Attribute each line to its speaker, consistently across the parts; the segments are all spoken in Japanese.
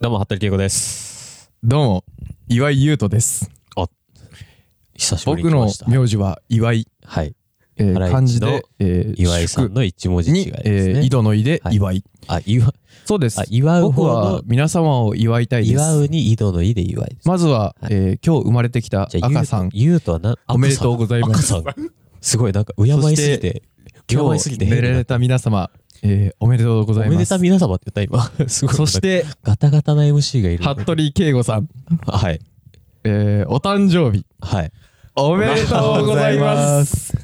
Speaker 1: どうも、服部恵子です。
Speaker 2: どうも、岩井優斗です。
Speaker 1: 久しぶりに
Speaker 2: 僕
Speaker 1: 来ま
Speaker 2: の
Speaker 1: した。
Speaker 2: 名字は岩井、
Speaker 1: はい。
Speaker 2: えー
Speaker 1: 原市の
Speaker 2: 漢字で、えー
Speaker 1: 岩井さんの一文
Speaker 2: 祝
Speaker 1: 字違い
Speaker 2: に、
Speaker 1: です
Speaker 2: え
Speaker 1: ね。
Speaker 2: ー井戸の井で
Speaker 1: はい
Speaker 2: 岩井。
Speaker 1: あ、岩、
Speaker 2: そうです
Speaker 1: あ、。祝う
Speaker 2: 僕
Speaker 1: 方
Speaker 2: は
Speaker 1: の、
Speaker 2: 皆様を祝いたいです。
Speaker 1: 祝うに井戸の井で祝いです。
Speaker 2: まずは、えー今日生まれてきた
Speaker 1: じゃあ、ゆう
Speaker 2: 赤さん、
Speaker 1: ゆうとはな、
Speaker 2: おめでとうございます。
Speaker 1: 赤さん。赤さんすごい、なんか、敬いすぎて、敬
Speaker 2: 今
Speaker 1: いすぎ
Speaker 2: 日
Speaker 1: て
Speaker 2: 寝
Speaker 1: 変
Speaker 2: ら
Speaker 1: だ
Speaker 2: れた皆様、えーおめでとうござ
Speaker 1: お
Speaker 2: い
Speaker 1: め
Speaker 2: ま
Speaker 1: でた
Speaker 2: す。
Speaker 1: 皆様って言った、今。 すごい。
Speaker 2: そし、て、
Speaker 1: ガタガタな MC がいる。
Speaker 2: 服部圭吾さん、
Speaker 1: はい。
Speaker 2: えーお誕生日、
Speaker 1: はい。
Speaker 2: おめでとうございます。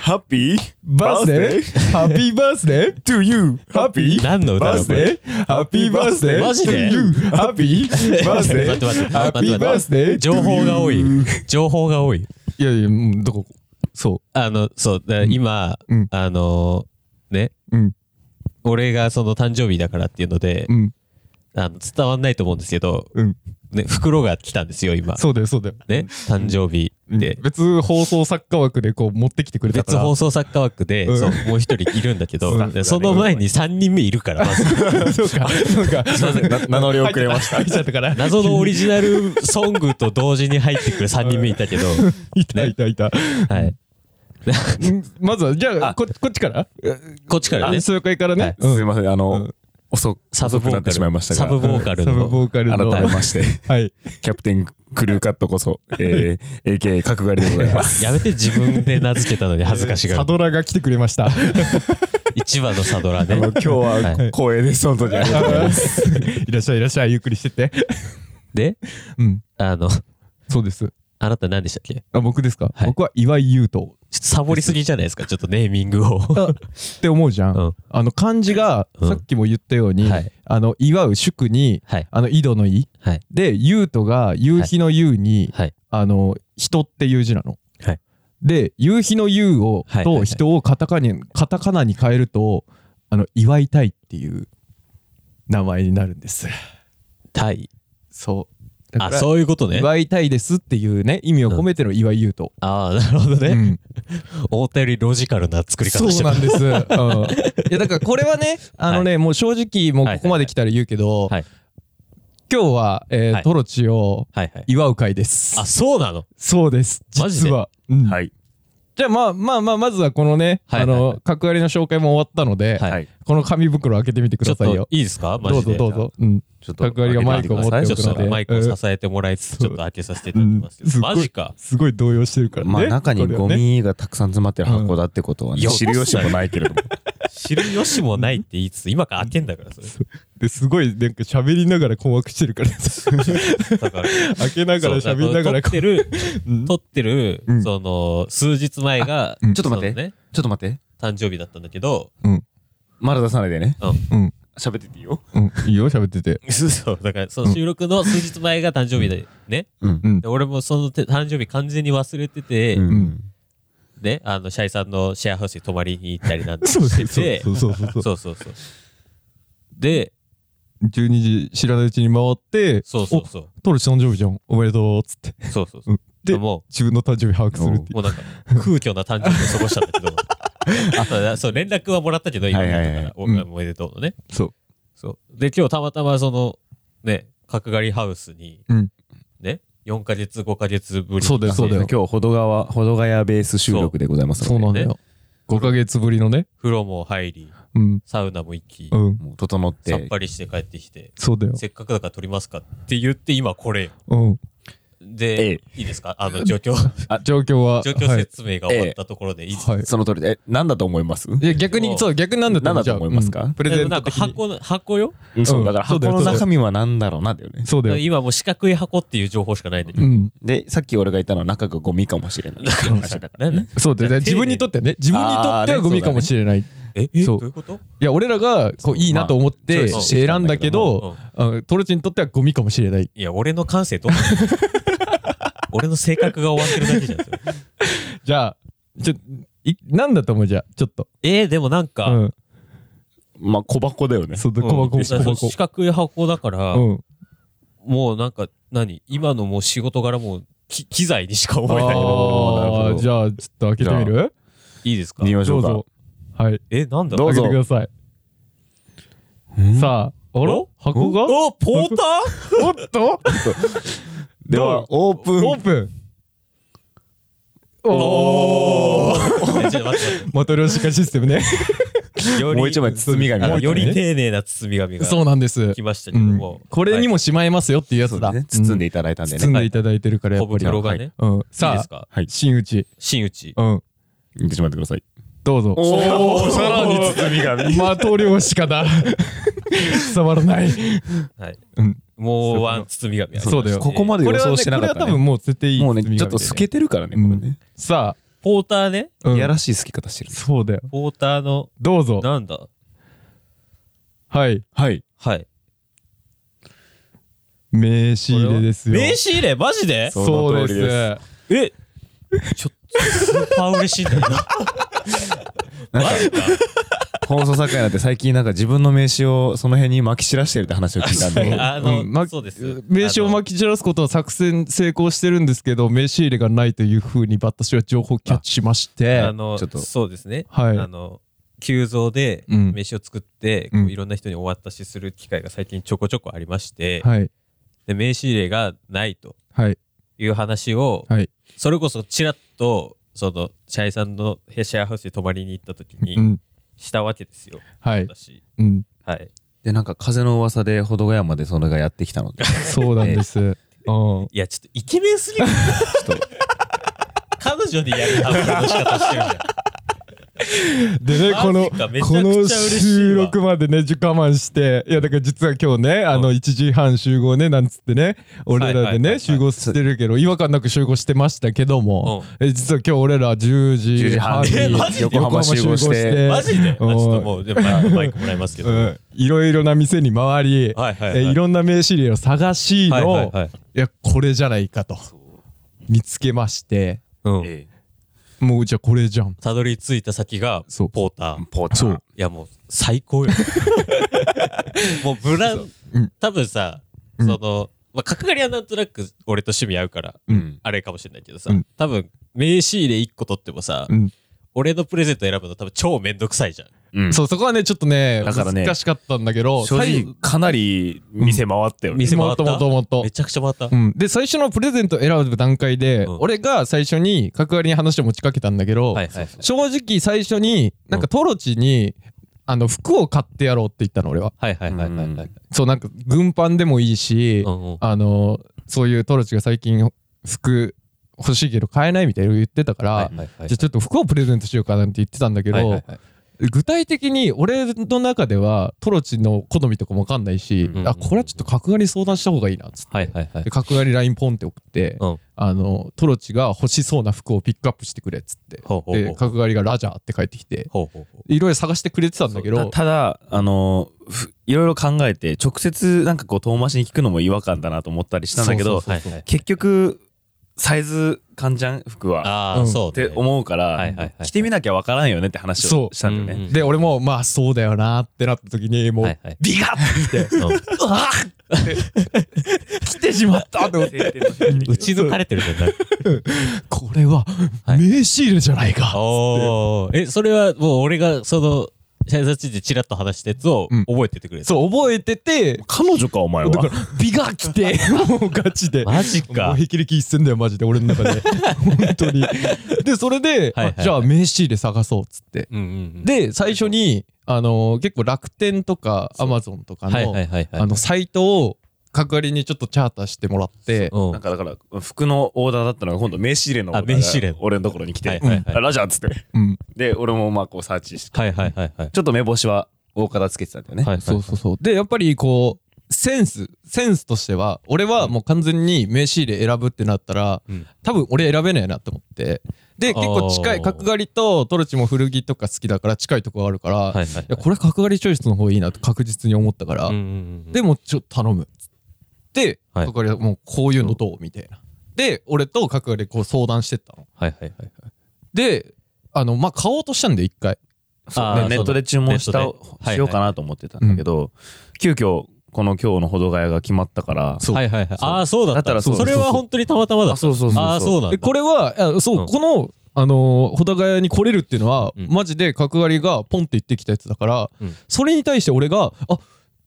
Speaker 3: ハッピー
Speaker 2: バースデー、ハッピーバースデ ー。
Speaker 3: to you! ハッピー
Speaker 1: 何の歌
Speaker 3: バ
Speaker 1: だ
Speaker 3: ー
Speaker 1: ろう
Speaker 3: ス
Speaker 1: これ
Speaker 3: デーハッピーバースデー
Speaker 1: マジで
Speaker 3: to you! ハッピーバース デ
Speaker 1: 待って待って待っ
Speaker 3: ー
Speaker 1: て
Speaker 3: ハッピーバースデー
Speaker 1: 情報が多い。情報が多い。
Speaker 2: いやいや、うんどこそ
Speaker 1: あの、そう、だ今、
Speaker 2: うん
Speaker 1: あのね、
Speaker 2: う。うん。
Speaker 1: 俺がその誕生日だからっていうので、
Speaker 2: うん。
Speaker 1: あの伝わんないと思うんですけど、
Speaker 2: うん
Speaker 1: ね、袋が来たんですよ、今。
Speaker 2: そうだよ、そうだよ。
Speaker 1: ね、誕生日で。
Speaker 2: 別放送作家枠でこう持ってきてくれたか
Speaker 1: 別
Speaker 2: ら。
Speaker 1: 放送作家枠で、
Speaker 2: うん
Speaker 1: そうもう一人いるんだけど、
Speaker 2: うん
Speaker 1: でその前に3人目いるから、まず
Speaker 2: そうか、そうか。
Speaker 3: 名乗り遅れました。
Speaker 2: 入っちゃったから。
Speaker 1: 謎のオリジナルソングと同時に入ってくる3人目いたけど、
Speaker 2: いたいたいた。
Speaker 1: はい、
Speaker 2: うんまずは、じゃあ、ここっちから
Speaker 1: こっちからね、
Speaker 2: 紹介から
Speaker 1: はい
Speaker 2: ね。
Speaker 3: すいません、あ
Speaker 2: う
Speaker 3: の
Speaker 2: ん、
Speaker 3: 遅
Speaker 1: サブボ
Speaker 3: 遅くな
Speaker 1: ー
Speaker 3: っ
Speaker 1: カ
Speaker 3: て
Speaker 1: ル
Speaker 3: しまいました
Speaker 1: サブ
Speaker 3: が、
Speaker 1: ボーカル
Speaker 2: サブ
Speaker 1: の
Speaker 2: ボーカル
Speaker 3: 改
Speaker 2: の。
Speaker 3: めま して、
Speaker 2: はい。
Speaker 3: キャプテンクルーカットこそ、 えー AKA 角刈りでございま す。
Speaker 1: やめて自分で名付けたのに恥ずかしが
Speaker 2: サ
Speaker 1: る
Speaker 2: ドラが来てくれ ました。
Speaker 1: 一番のサドラ
Speaker 3: あ
Speaker 1: ね
Speaker 3: の今日は
Speaker 1: はい
Speaker 3: 光栄です、本当にありがとうございます。
Speaker 2: いらっしゃい、いらっしゃい。ゆっくりしてって。
Speaker 1: で
Speaker 2: うん。
Speaker 1: あの
Speaker 2: そうです。
Speaker 1: あなた何でしたっけ
Speaker 2: あ僕ですか、
Speaker 1: はい
Speaker 2: 僕は岩井優斗
Speaker 1: ちょっとサボりすぎじゃないですかちょっとネーミングを
Speaker 2: って思うじゃん。
Speaker 1: うん
Speaker 2: あの漢字が、
Speaker 1: うん
Speaker 2: さっきも言ったように、
Speaker 1: はい
Speaker 2: あの祝う祝に、
Speaker 1: はい
Speaker 2: あの井戸の井、
Speaker 1: はい
Speaker 2: で優斗が夕日の夕に、
Speaker 1: はい
Speaker 2: あの人っていう字なの。
Speaker 1: はい
Speaker 2: で夕日の夕を、
Speaker 1: はいはいは
Speaker 2: と
Speaker 1: い
Speaker 2: 人をカタカナにカタカナに変えるとあの祝いたいっていう名前になるんです。
Speaker 1: タイ
Speaker 2: そう。
Speaker 1: あそういうこと
Speaker 2: う
Speaker 1: ね
Speaker 2: 祝いたいですっていうね意味を込めての祝い優斗。
Speaker 1: ああ、なるほどね。
Speaker 2: うん
Speaker 1: 思ったよりロジカルな作り方
Speaker 2: そ
Speaker 1: し
Speaker 2: う
Speaker 1: て
Speaker 2: なん
Speaker 1: る。
Speaker 2: です。うん、いやだからこれはね、あのね、もう正直もうここまで来たら言うけど、
Speaker 1: はい
Speaker 2: 今日は、えー
Speaker 1: はい
Speaker 2: トロチを
Speaker 1: はいはい。
Speaker 2: 祝う会です。
Speaker 1: あ、そうなの
Speaker 2: そうです。
Speaker 1: マジで
Speaker 2: 実は。うん
Speaker 3: はい。
Speaker 2: じゃあまあまあまあまずはこのね、
Speaker 1: はいはい
Speaker 2: あの角割りの紹介も終わったので、
Speaker 1: はい
Speaker 3: はい。
Speaker 2: この紙袋開けてみてく
Speaker 1: ちょ
Speaker 2: だ
Speaker 1: っ
Speaker 2: さい
Speaker 1: と
Speaker 2: よ。
Speaker 1: いいですかマ
Speaker 2: どう
Speaker 1: ジ
Speaker 2: ぞ
Speaker 1: で。
Speaker 2: どうぞ。うん。
Speaker 3: ちょっ
Speaker 2: 角刈りがマイクを持っておくの
Speaker 3: ち
Speaker 2: で
Speaker 3: ょ
Speaker 1: ちょ
Speaker 3: と
Speaker 1: っとマイクを支えてもらいつつ、
Speaker 2: うん
Speaker 1: ちょっと開けさせていただきますけ
Speaker 2: うんす
Speaker 1: ど。
Speaker 2: っごい
Speaker 1: マジか。
Speaker 2: すごい動揺してるからね。
Speaker 3: まあ中に
Speaker 2: これ
Speaker 3: ゴ
Speaker 2: はね
Speaker 3: ミがたくさん詰まってる箱だってことはね
Speaker 1: うん
Speaker 3: 知る由もないけ れども。
Speaker 1: 知る由もないって言いつつ、今から開けんだから、それ。
Speaker 2: ですごいなんか喋りながら困惑してる から
Speaker 1: だから、
Speaker 2: 開けながら
Speaker 1: そう
Speaker 2: 喋りながら
Speaker 1: 撮ってる、
Speaker 2: うん
Speaker 1: 撮ってる
Speaker 2: う、ん
Speaker 1: その、数日前が、
Speaker 2: うん
Speaker 3: ちょっと待って
Speaker 1: そのね。
Speaker 3: ちょっと待って。
Speaker 1: 誕生日だったんだけど、
Speaker 3: まだ出さないでね。
Speaker 2: うん
Speaker 3: 喋ってていいよ。
Speaker 2: うん、いいよ喋ってて。
Speaker 1: そう、だから、その収録の数日前が誕生日で、ね。
Speaker 3: うん
Speaker 2: うん
Speaker 1: で俺もそのて誕生日完全に忘れてて、
Speaker 3: うん。
Speaker 1: ね、あの、シャイさんのシェアハウスに泊まりに行ったりなんて
Speaker 2: そう
Speaker 1: して
Speaker 2: そう
Speaker 1: て、
Speaker 2: そうそうそうそう
Speaker 1: そうそうそう。で、
Speaker 2: 12時知らないうちに回って
Speaker 1: そうそうそう。
Speaker 2: 「おトルチ誕生日じゃんおめでとう」っつって
Speaker 1: そうそう
Speaker 2: う。
Speaker 1: そうん
Speaker 2: で
Speaker 1: も
Speaker 2: 自分の誕生日把握するっ
Speaker 1: う、
Speaker 2: ていう
Speaker 1: もうなんか、空虚な誕生日を過ごしたんだけ ど、あそうだそう、連絡はもらったけど、今
Speaker 3: はい
Speaker 1: だ
Speaker 3: はい
Speaker 1: か
Speaker 3: はい
Speaker 1: ら、お
Speaker 2: うん
Speaker 1: おめでとうのね。
Speaker 2: そう
Speaker 1: そう。で、今日たまたま、その、ね、角刈りハウスに
Speaker 2: うん、
Speaker 1: ね、4ヶ月、5ヶ月ぶりに
Speaker 2: そうだよそうだよ
Speaker 3: 今日、ほどがわ、ほどがやベース収録でございます
Speaker 2: そう
Speaker 3: の
Speaker 2: なんだよ5ヶ月ぶりのね
Speaker 1: 風呂も入り、
Speaker 2: うん
Speaker 1: サウナも行き、
Speaker 2: うん
Speaker 3: で。もう整っ、
Speaker 1: さってぱりして帰ってきて、
Speaker 2: そうだよ
Speaker 1: せっかくだから撮りますかって言って、今これよ。
Speaker 2: うん
Speaker 1: で、
Speaker 3: え
Speaker 1: いいですかあの、状 況、
Speaker 2: 状況は
Speaker 1: 状況
Speaker 2: はい
Speaker 1: 説明が終わったところでいいですか
Speaker 2: はい
Speaker 3: その通りで、え、なんだと思います
Speaker 2: いや逆にそう逆になんだ
Speaker 3: なんだ
Speaker 2: じ
Speaker 3: と
Speaker 2: ゃあ
Speaker 3: 思いますか
Speaker 2: うんプレ
Speaker 1: で
Speaker 2: ゼ
Speaker 1: も
Speaker 2: ン
Speaker 1: な
Speaker 2: ト
Speaker 1: んか
Speaker 2: 的に
Speaker 1: 箱の、箱よ
Speaker 3: そう、だから
Speaker 2: そうだ
Speaker 3: 箱
Speaker 2: よ
Speaker 3: の中身はなんだろうな、だよね。
Speaker 2: そうだよ
Speaker 1: 今もう四角い箱っていう情報しかないんだけ
Speaker 2: う
Speaker 1: ど。
Speaker 2: ん
Speaker 3: で、さっき俺が言ったのは中がゴミかもしれない。話だから
Speaker 1: ね
Speaker 2: そうだよ
Speaker 1: い
Speaker 2: ね
Speaker 1: や
Speaker 2: 自分にとってはね自分にとって
Speaker 3: あー
Speaker 2: は
Speaker 3: ね
Speaker 2: ゴミかもしれない
Speaker 1: え、え
Speaker 2: そ
Speaker 1: どう
Speaker 2: う
Speaker 1: いうこと
Speaker 2: いや俺らがこういいなと思っ
Speaker 3: ま
Speaker 2: て
Speaker 3: あ
Speaker 1: チョイスして
Speaker 3: き
Speaker 2: 選
Speaker 3: た
Speaker 2: ん
Speaker 3: ん
Speaker 2: だ
Speaker 3: だ
Speaker 2: け
Speaker 3: けど
Speaker 2: どうんトルチにとってはゴミかもしれない
Speaker 1: いや、俺の感性どう 俺の性格が終わってるだけじゃん。それ
Speaker 2: じゃあちょいなんだと思うじゃあちょっと
Speaker 1: えー、でもなんか、
Speaker 2: う
Speaker 1: うん
Speaker 2: ん
Speaker 3: まあ、小箱だよね。
Speaker 2: そうだ、小箱、
Speaker 1: だ
Speaker 2: 小
Speaker 1: からそう
Speaker 2: 箱。
Speaker 1: 四角い箱だから、
Speaker 2: うん。
Speaker 1: もうなんか、何今のもう仕事柄もう、き機材にしか思えないけど。
Speaker 2: あ
Speaker 3: なる
Speaker 2: あ
Speaker 3: ほ
Speaker 2: ー、
Speaker 3: ど
Speaker 2: じゃあ、ちょっと開けてみる
Speaker 1: いいですか
Speaker 3: 見まし
Speaker 2: ど
Speaker 3: ょ
Speaker 2: う
Speaker 3: うか。
Speaker 2: ぞ。はい。
Speaker 1: え、なんだ
Speaker 3: どう
Speaker 2: 開
Speaker 3: ぞ
Speaker 2: けてください。さあ、あら箱がお
Speaker 1: おポータ
Speaker 2: っと
Speaker 3: では、オープン
Speaker 2: オープン
Speaker 1: ー
Speaker 2: おお
Speaker 1: ーちょっと待って
Speaker 2: マトリョーシカシステムね。
Speaker 1: 待ってより
Speaker 3: もう一枚包み紙
Speaker 1: あ
Speaker 3: が
Speaker 1: の
Speaker 3: あ
Speaker 1: より
Speaker 3: ね
Speaker 1: 丁寧な包み紙が
Speaker 2: そうなんです
Speaker 1: 来。ましたけ
Speaker 2: う
Speaker 1: ど
Speaker 2: ん
Speaker 1: も、、
Speaker 2: これにもしまえますよっていうや
Speaker 3: そ
Speaker 2: つ
Speaker 3: う
Speaker 2: だ。
Speaker 3: だね包んで
Speaker 2: い
Speaker 3: いただいたんで
Speaker 2: 包ん
Speaker 3: ね
Speaker 2: でいただいてるからや
Speaker 1: コ
Speaker 2: っぱ
Speaker 1: ブ
Speaker 2: り
Speaker 1: テ
Speaker 2: な。
Speaker 1: ロがね、
Speaker 2: うん、
Speaker 1: いい
Speaker 2: さ
Speaker 1: で
Speaker 2: あ
Speaker 1: す、か
Speaker 3: はい
Speaker 2: 真打ち。
Speaker 1: 真打ち
Speaker 2: うん、
Speaker 3: 見てしまってください
Speaker 2: どうぞ。
Speaker 3: おおさらに包み紙
Speaker 2: マトリョーシカだ。 伝わらない。
Speaker 1: はい、
Speaker 2: うん
Speaker 1: もうワン包み紙ありましたね
Speaker 2: そうだよ
Speaker 3: ここまで
Speaker 2: こ
Speaker 3: 予
Speaker 2: れは
Speaker 3: 想
Speaker 2: ね、
Speaker 3: して
Speaker 2: これ
Speaker 3: なか
Speaker 2: は
Speaker 3: った
Speaker 2: 多
Speaker 3: ね
Speaker 2: 分もう絶対いい。
Speaker 3: もうねちょっと透
Speaker 2: ス
Speaker 3: け
Speaker 2: ケ
Speaker 3: てるからね
Speaker 2: うん
Speaker 3: これね
Speaker 2: さ
Speaker 1: ポーターね
Speaker 2: あ、うん
Speaker 3: いやらしい透け方してる
Speaker 2: そうだよ。
Speaker 1: ポーターの
Speaker 2: どうぞ。
Speaker 1: なんだ
Speaker 2: はい。
Speaker 3: はい
Speaker 1: はい
Speaker 2: 名刺入れですよ。
Speaker 1: 名刺入れマジで
Speaker 3: そう
Speaker 2: そう
Speaker 3: その通り
Speaker 2: で。
Speaker 3: です
Speaker 1: えちょっとスーパー嬉しいんだよな
Speaker 3: なんか
Speaker 1: マジか
Speaker 3: 放送作家になって最近なんか自分の名刺をその辺に撒き散らしてるって話を聞いたんで
Speaker 1: あの、
Speaker 2: うんま
Speaker 1: そうです
Speaker 2: 名刺をまき散らすことは作戦成功してるんですけど、名刺入れがないというふうに私は情報キャッチしまし
Speaker 1: あ
Speaker 2: て、
Speaker 1: のあの
Speaker 3: ちょっと
Speaker 1: そうですね、
Speaker 2: はい
Speaker 1: あの急増で
Speaker 2: うん
Speaker 1: 飯を作って、
Speaker 2: うん
Speaker 1: こういろんな人にお渡しする機会が最近ちょこちょこありまして、
Speaker 2: はい、
Speaker 1: で名刺入れがないと
Speaker 2: はい、
Speaker 1: いう話を、
Speaker 2: はい。
Speaker 1: それこそちらっとそのシャイさんのシェアハウスに泊まりに行った時
Speaker 2: う
Speaker 1: に
Speaker 2: ん、
Speaker 1: したわけですよ、
Speaker 2: はい、
Speaker 1: 私
Speaker 2: うん、
Speaker 1: はい
Speaker 3: でなんか風の噂で保土ヶ山でそれがやってきたのでち
Speaker 2: そうなん です。うん、
Speaker 1: いやちょっとイケメンすぎる
Speaker 3: ょっと
Speaker 1: 彼女にやる発表の仕方してるじゃん
Speaker 2: でね、この、
Speaker 1: マジかめちゃくち
Speaker 2: こ
Speaker 1: ゃ
Speaker 2: の
Speaker 1: 嬉しい
Speaker 2: 収
Speaker 1: わ
Speaker 2: 録までね、じゅ我慢して、いや、だから実は今日ね、あの、1時半集合ね、なんつってね、俺
Speaker 1: はい
Speaker 2: ら
Speaker 1: はい
Speaker 2: で
Speaker 1: はいは
Speaker 2: ね、
Speaker 1: い
Speaker 2: 集合してるけど、違和感なく集合してましたけども、え実は今日俺ら10時半
Speaker 1: 10時半にえマ
Speaker 2: に
Speaker 1: ジで
Speaker 3: 横浜集合して
Speaker 1: マジで、まあちょっともうでもマイクマイクもらいますけど、
Speaker 2: うんいろいろな店に回り、
Speaker 1: はいはいはい
Speaker 2: えいろんな名刺入れを探し
Speaker 1: はい
Speaker 2: の、
Speaker 1: はい
Speaker 2: い
Speaker 1: はい
Speaker 2: や、これじゃないかと、見つけまして、
Speaker 1: うん
Speaker 2: もうじゃあこれじゃん。
Speaker 1: たどり着いた先が
Speaker 2: そう
Speaker 1: ポーターい
Speaker 3: ポーチ
Speaker 2: そう
Speaker 1: やもう最高 よもうブラン
Speaker 2: うん
Speaker 1: 多分さ、
Speaker 2: うん
Speaker 1: その、まあ、角刈りはなんとなく俺と趣味合うから
Speaker 3: うん
Speaker 1: あれかもしれないけどさ、
Speaker 2: うん
Speaker 1: 多分名刺入れ1個取ってもさ、
Speaker 2: うん
Speaker 1: 俺のプレゼント選ぶの多分超めんどくさいじゃん
Speaker 3: うん
Speaker 2: そう、そこはね、ちょっとね、
Speaker 3: だからね
Speaker 2: 難しかったんだけど、
Speaker 3: 正
Speaker 2: 最
Speaker 3: 直かなり店回ったよね
Speaker 1: 店回った
Speaker 2: もともとも
Speaker 1: め
Speaker 2: と。
Speaker 1: ちゃくちゃ回った、
Speaker 2: うん、で最初のプレゼントを選ぶ段階で、
Speaker 1: うん
Speaker 2: 俺が最初に角刈りに話を持ちかけたんだけど、
Speaker 1: はいはい
Speaker 2: 正直最初になんかトロチに、あの服を買ってやろうって言ったの俺は
Speaker 1: はいはいはいはいはい
Speaker 2: そうなんか軍パンでもいいし、
Speaker 1: うんうん
Speaker 2: あのそういうトロチが最近服欲しいけど買えないみたいなの言ってたから、
Speaker 1: はいはいはい
Speaker 2: じゃあちょっと服をプレゼントしようかなんて言ってたんだけど、
Speaker 1: はいはいはい
Speaker 2: 具体的に俺の中ではトロチの好みとかも分かんないし、
Speaker 3: うん
Speaker 2: あこれはちょっと角刈り相談した方がいいなっつって、
Speaker 1: はいはいはい
Speaker 2: で角刈り LINE ポンって送って、
Speaker 1: うん
Speaker 2: あのトロチが欲しそうな服をピックアップしてくれっつって
Speaker 1: ほうほうほ
Speaker 2: で
Speaker 1: う
Speaker 2: 角刈りがラジャーって帰ってきて
Speaker 1: ほうほうほう
Speaker 2: いろいろ探してくれてたんだけ
Speaker 3: そう
Speaker 2: ど
Speaker 3: たただあのふいろいろ考えて直接なんかこう遠回しに聞くのも違和感だなと思ったりしたんだけど
Speaker 1: はいはい
Speaker 3: 結局サイズ感じゃん服は
Speaker 1: ああ、
Speaker 2: うん
Speaker 1: そう
Speaker 3: っ
Speaker 1: ね
Speaker 3: て思うか
Speaker 1: はいはい
Speaker 3: ら
Speaker 1: はい
Speaker 3: 着てみなきゃわからんよねって話
Speaker 2: そ
Speaker 3: を
Speaker 2: う
Speaker 3: したんだ
Speaker 1: うん
Speaker 3: よ
Speaker 1: う
Speaker 3: ね
Speaker 1: ん
Speaker 2: で俺もまあそうだよなってなった時にもう、
Speaker 1: はいはい
Speaker 3: ビガッて
Speaker 1: う
Speaker 3: うわっ
Speaker 2: 来てしまったと 思って
Speaker 1: ん打ち抜かれてるじゃない
Speaker 2: これは
Speaker 1: はい
Speaker 2: 名刺入れじゃないか、
Speaker 1: おーえそれはもう俺がその社員さんちでチラッと話したやつを
Speaker 2: うん
Speaker 1: 覚えててくれる、
Speaker 2: そう覚えてて
Speaker 3: 彼女かお前
Speaker 2: だから
Speaker 3: は
Speaker 2: 美が来 てもうガチで
Speaker 1: マジ
Speaker 2: も
Speaker 1: か
Speaker 2: う霹靂一閃だよマジで俺 の中で本当にでそれで、
Speaker 1: はいはい
Speaker 2: あじゃあ名刺入れ探そうっつって
Speaker 1: うんうんで、
Speaker 2: で最初にあのー結構楽天とかアマゾンとかの、
Speaker 1: はいはいはいはい
Speaker 2: あのサイトを角刈りにちょっとチャーターしてもらって
Speaker 1: うん
Speaker 3: なんかだから服のオーダーだったのが今度名刺入れのオーダーが
Speaker 1: あ名刺入れ
Speaker 3: 俺のところに来
Speaker 1: はい
Speaker 3: て
Speaker 1: はい
Speaker 3: あ
Speaker 1: はい
Speaker 3: ラジャーっつって
Speaker 2: うん
Speaker 3: で俺もまあこうサーチして
Speaker 1: はいはいはいはい
Speaker 3: ちょっと目星は大方つけてたんだよね
Speaker 1: はい
Speaker 2: そうそうそうでやっぱりこうセンスセンスとしては俺はもう完全に名刺入れ選ぶってなったら
Speaker 1: うん
Speaker 2: 多分俺選べないなって思ってで
Speaker 1: あー
Speaker 2: 結構近い角刈りとトルチも古着とか好きだから近いとこがあるから、
Speaker 1: はいいはい
Speaker 2: やこれ角刈りチョイスの方がいいなと確実に思ったから、
Speaker 1: うんうんうん
Speaker 2: でもちょっと頼むで、
Speaker 1: はい
Speaker 2: 角刈りはもうこういうのどうみたいなで俺と角刈りこう相談してったの
Speaker 1: はいはいはいはい
Speaker 2: であのまあ買おうとしたんで一回
Speaker 3: そう
Speaker 1: あー
Speaker 3: ねネットで注文した
Speaker 1: ネットで
Speaker 3: しようかなと思ってたんだけど、急遽この今日のほどがやが決まったから
Speaker 2: そう
Speaker 1: はいはいはいああそうだった
Speaker 3: だったらそう
Speaker 1: それは本当にたまたまだった
Speaker 3: あそうそうそうそう
Speaker 1: ああそうなんだ
Speaker 2: えこれはあそう、
Speaker 1: うん
Speaker 2: このあのー、保田ヶ谷に来れるっていうのは、
Speaker 1: うん
Speaker 2: マジで角刈りがポンって言ってきたやつだから、
Speaker 1: うん
Speaker 2: それに対して俺が「あ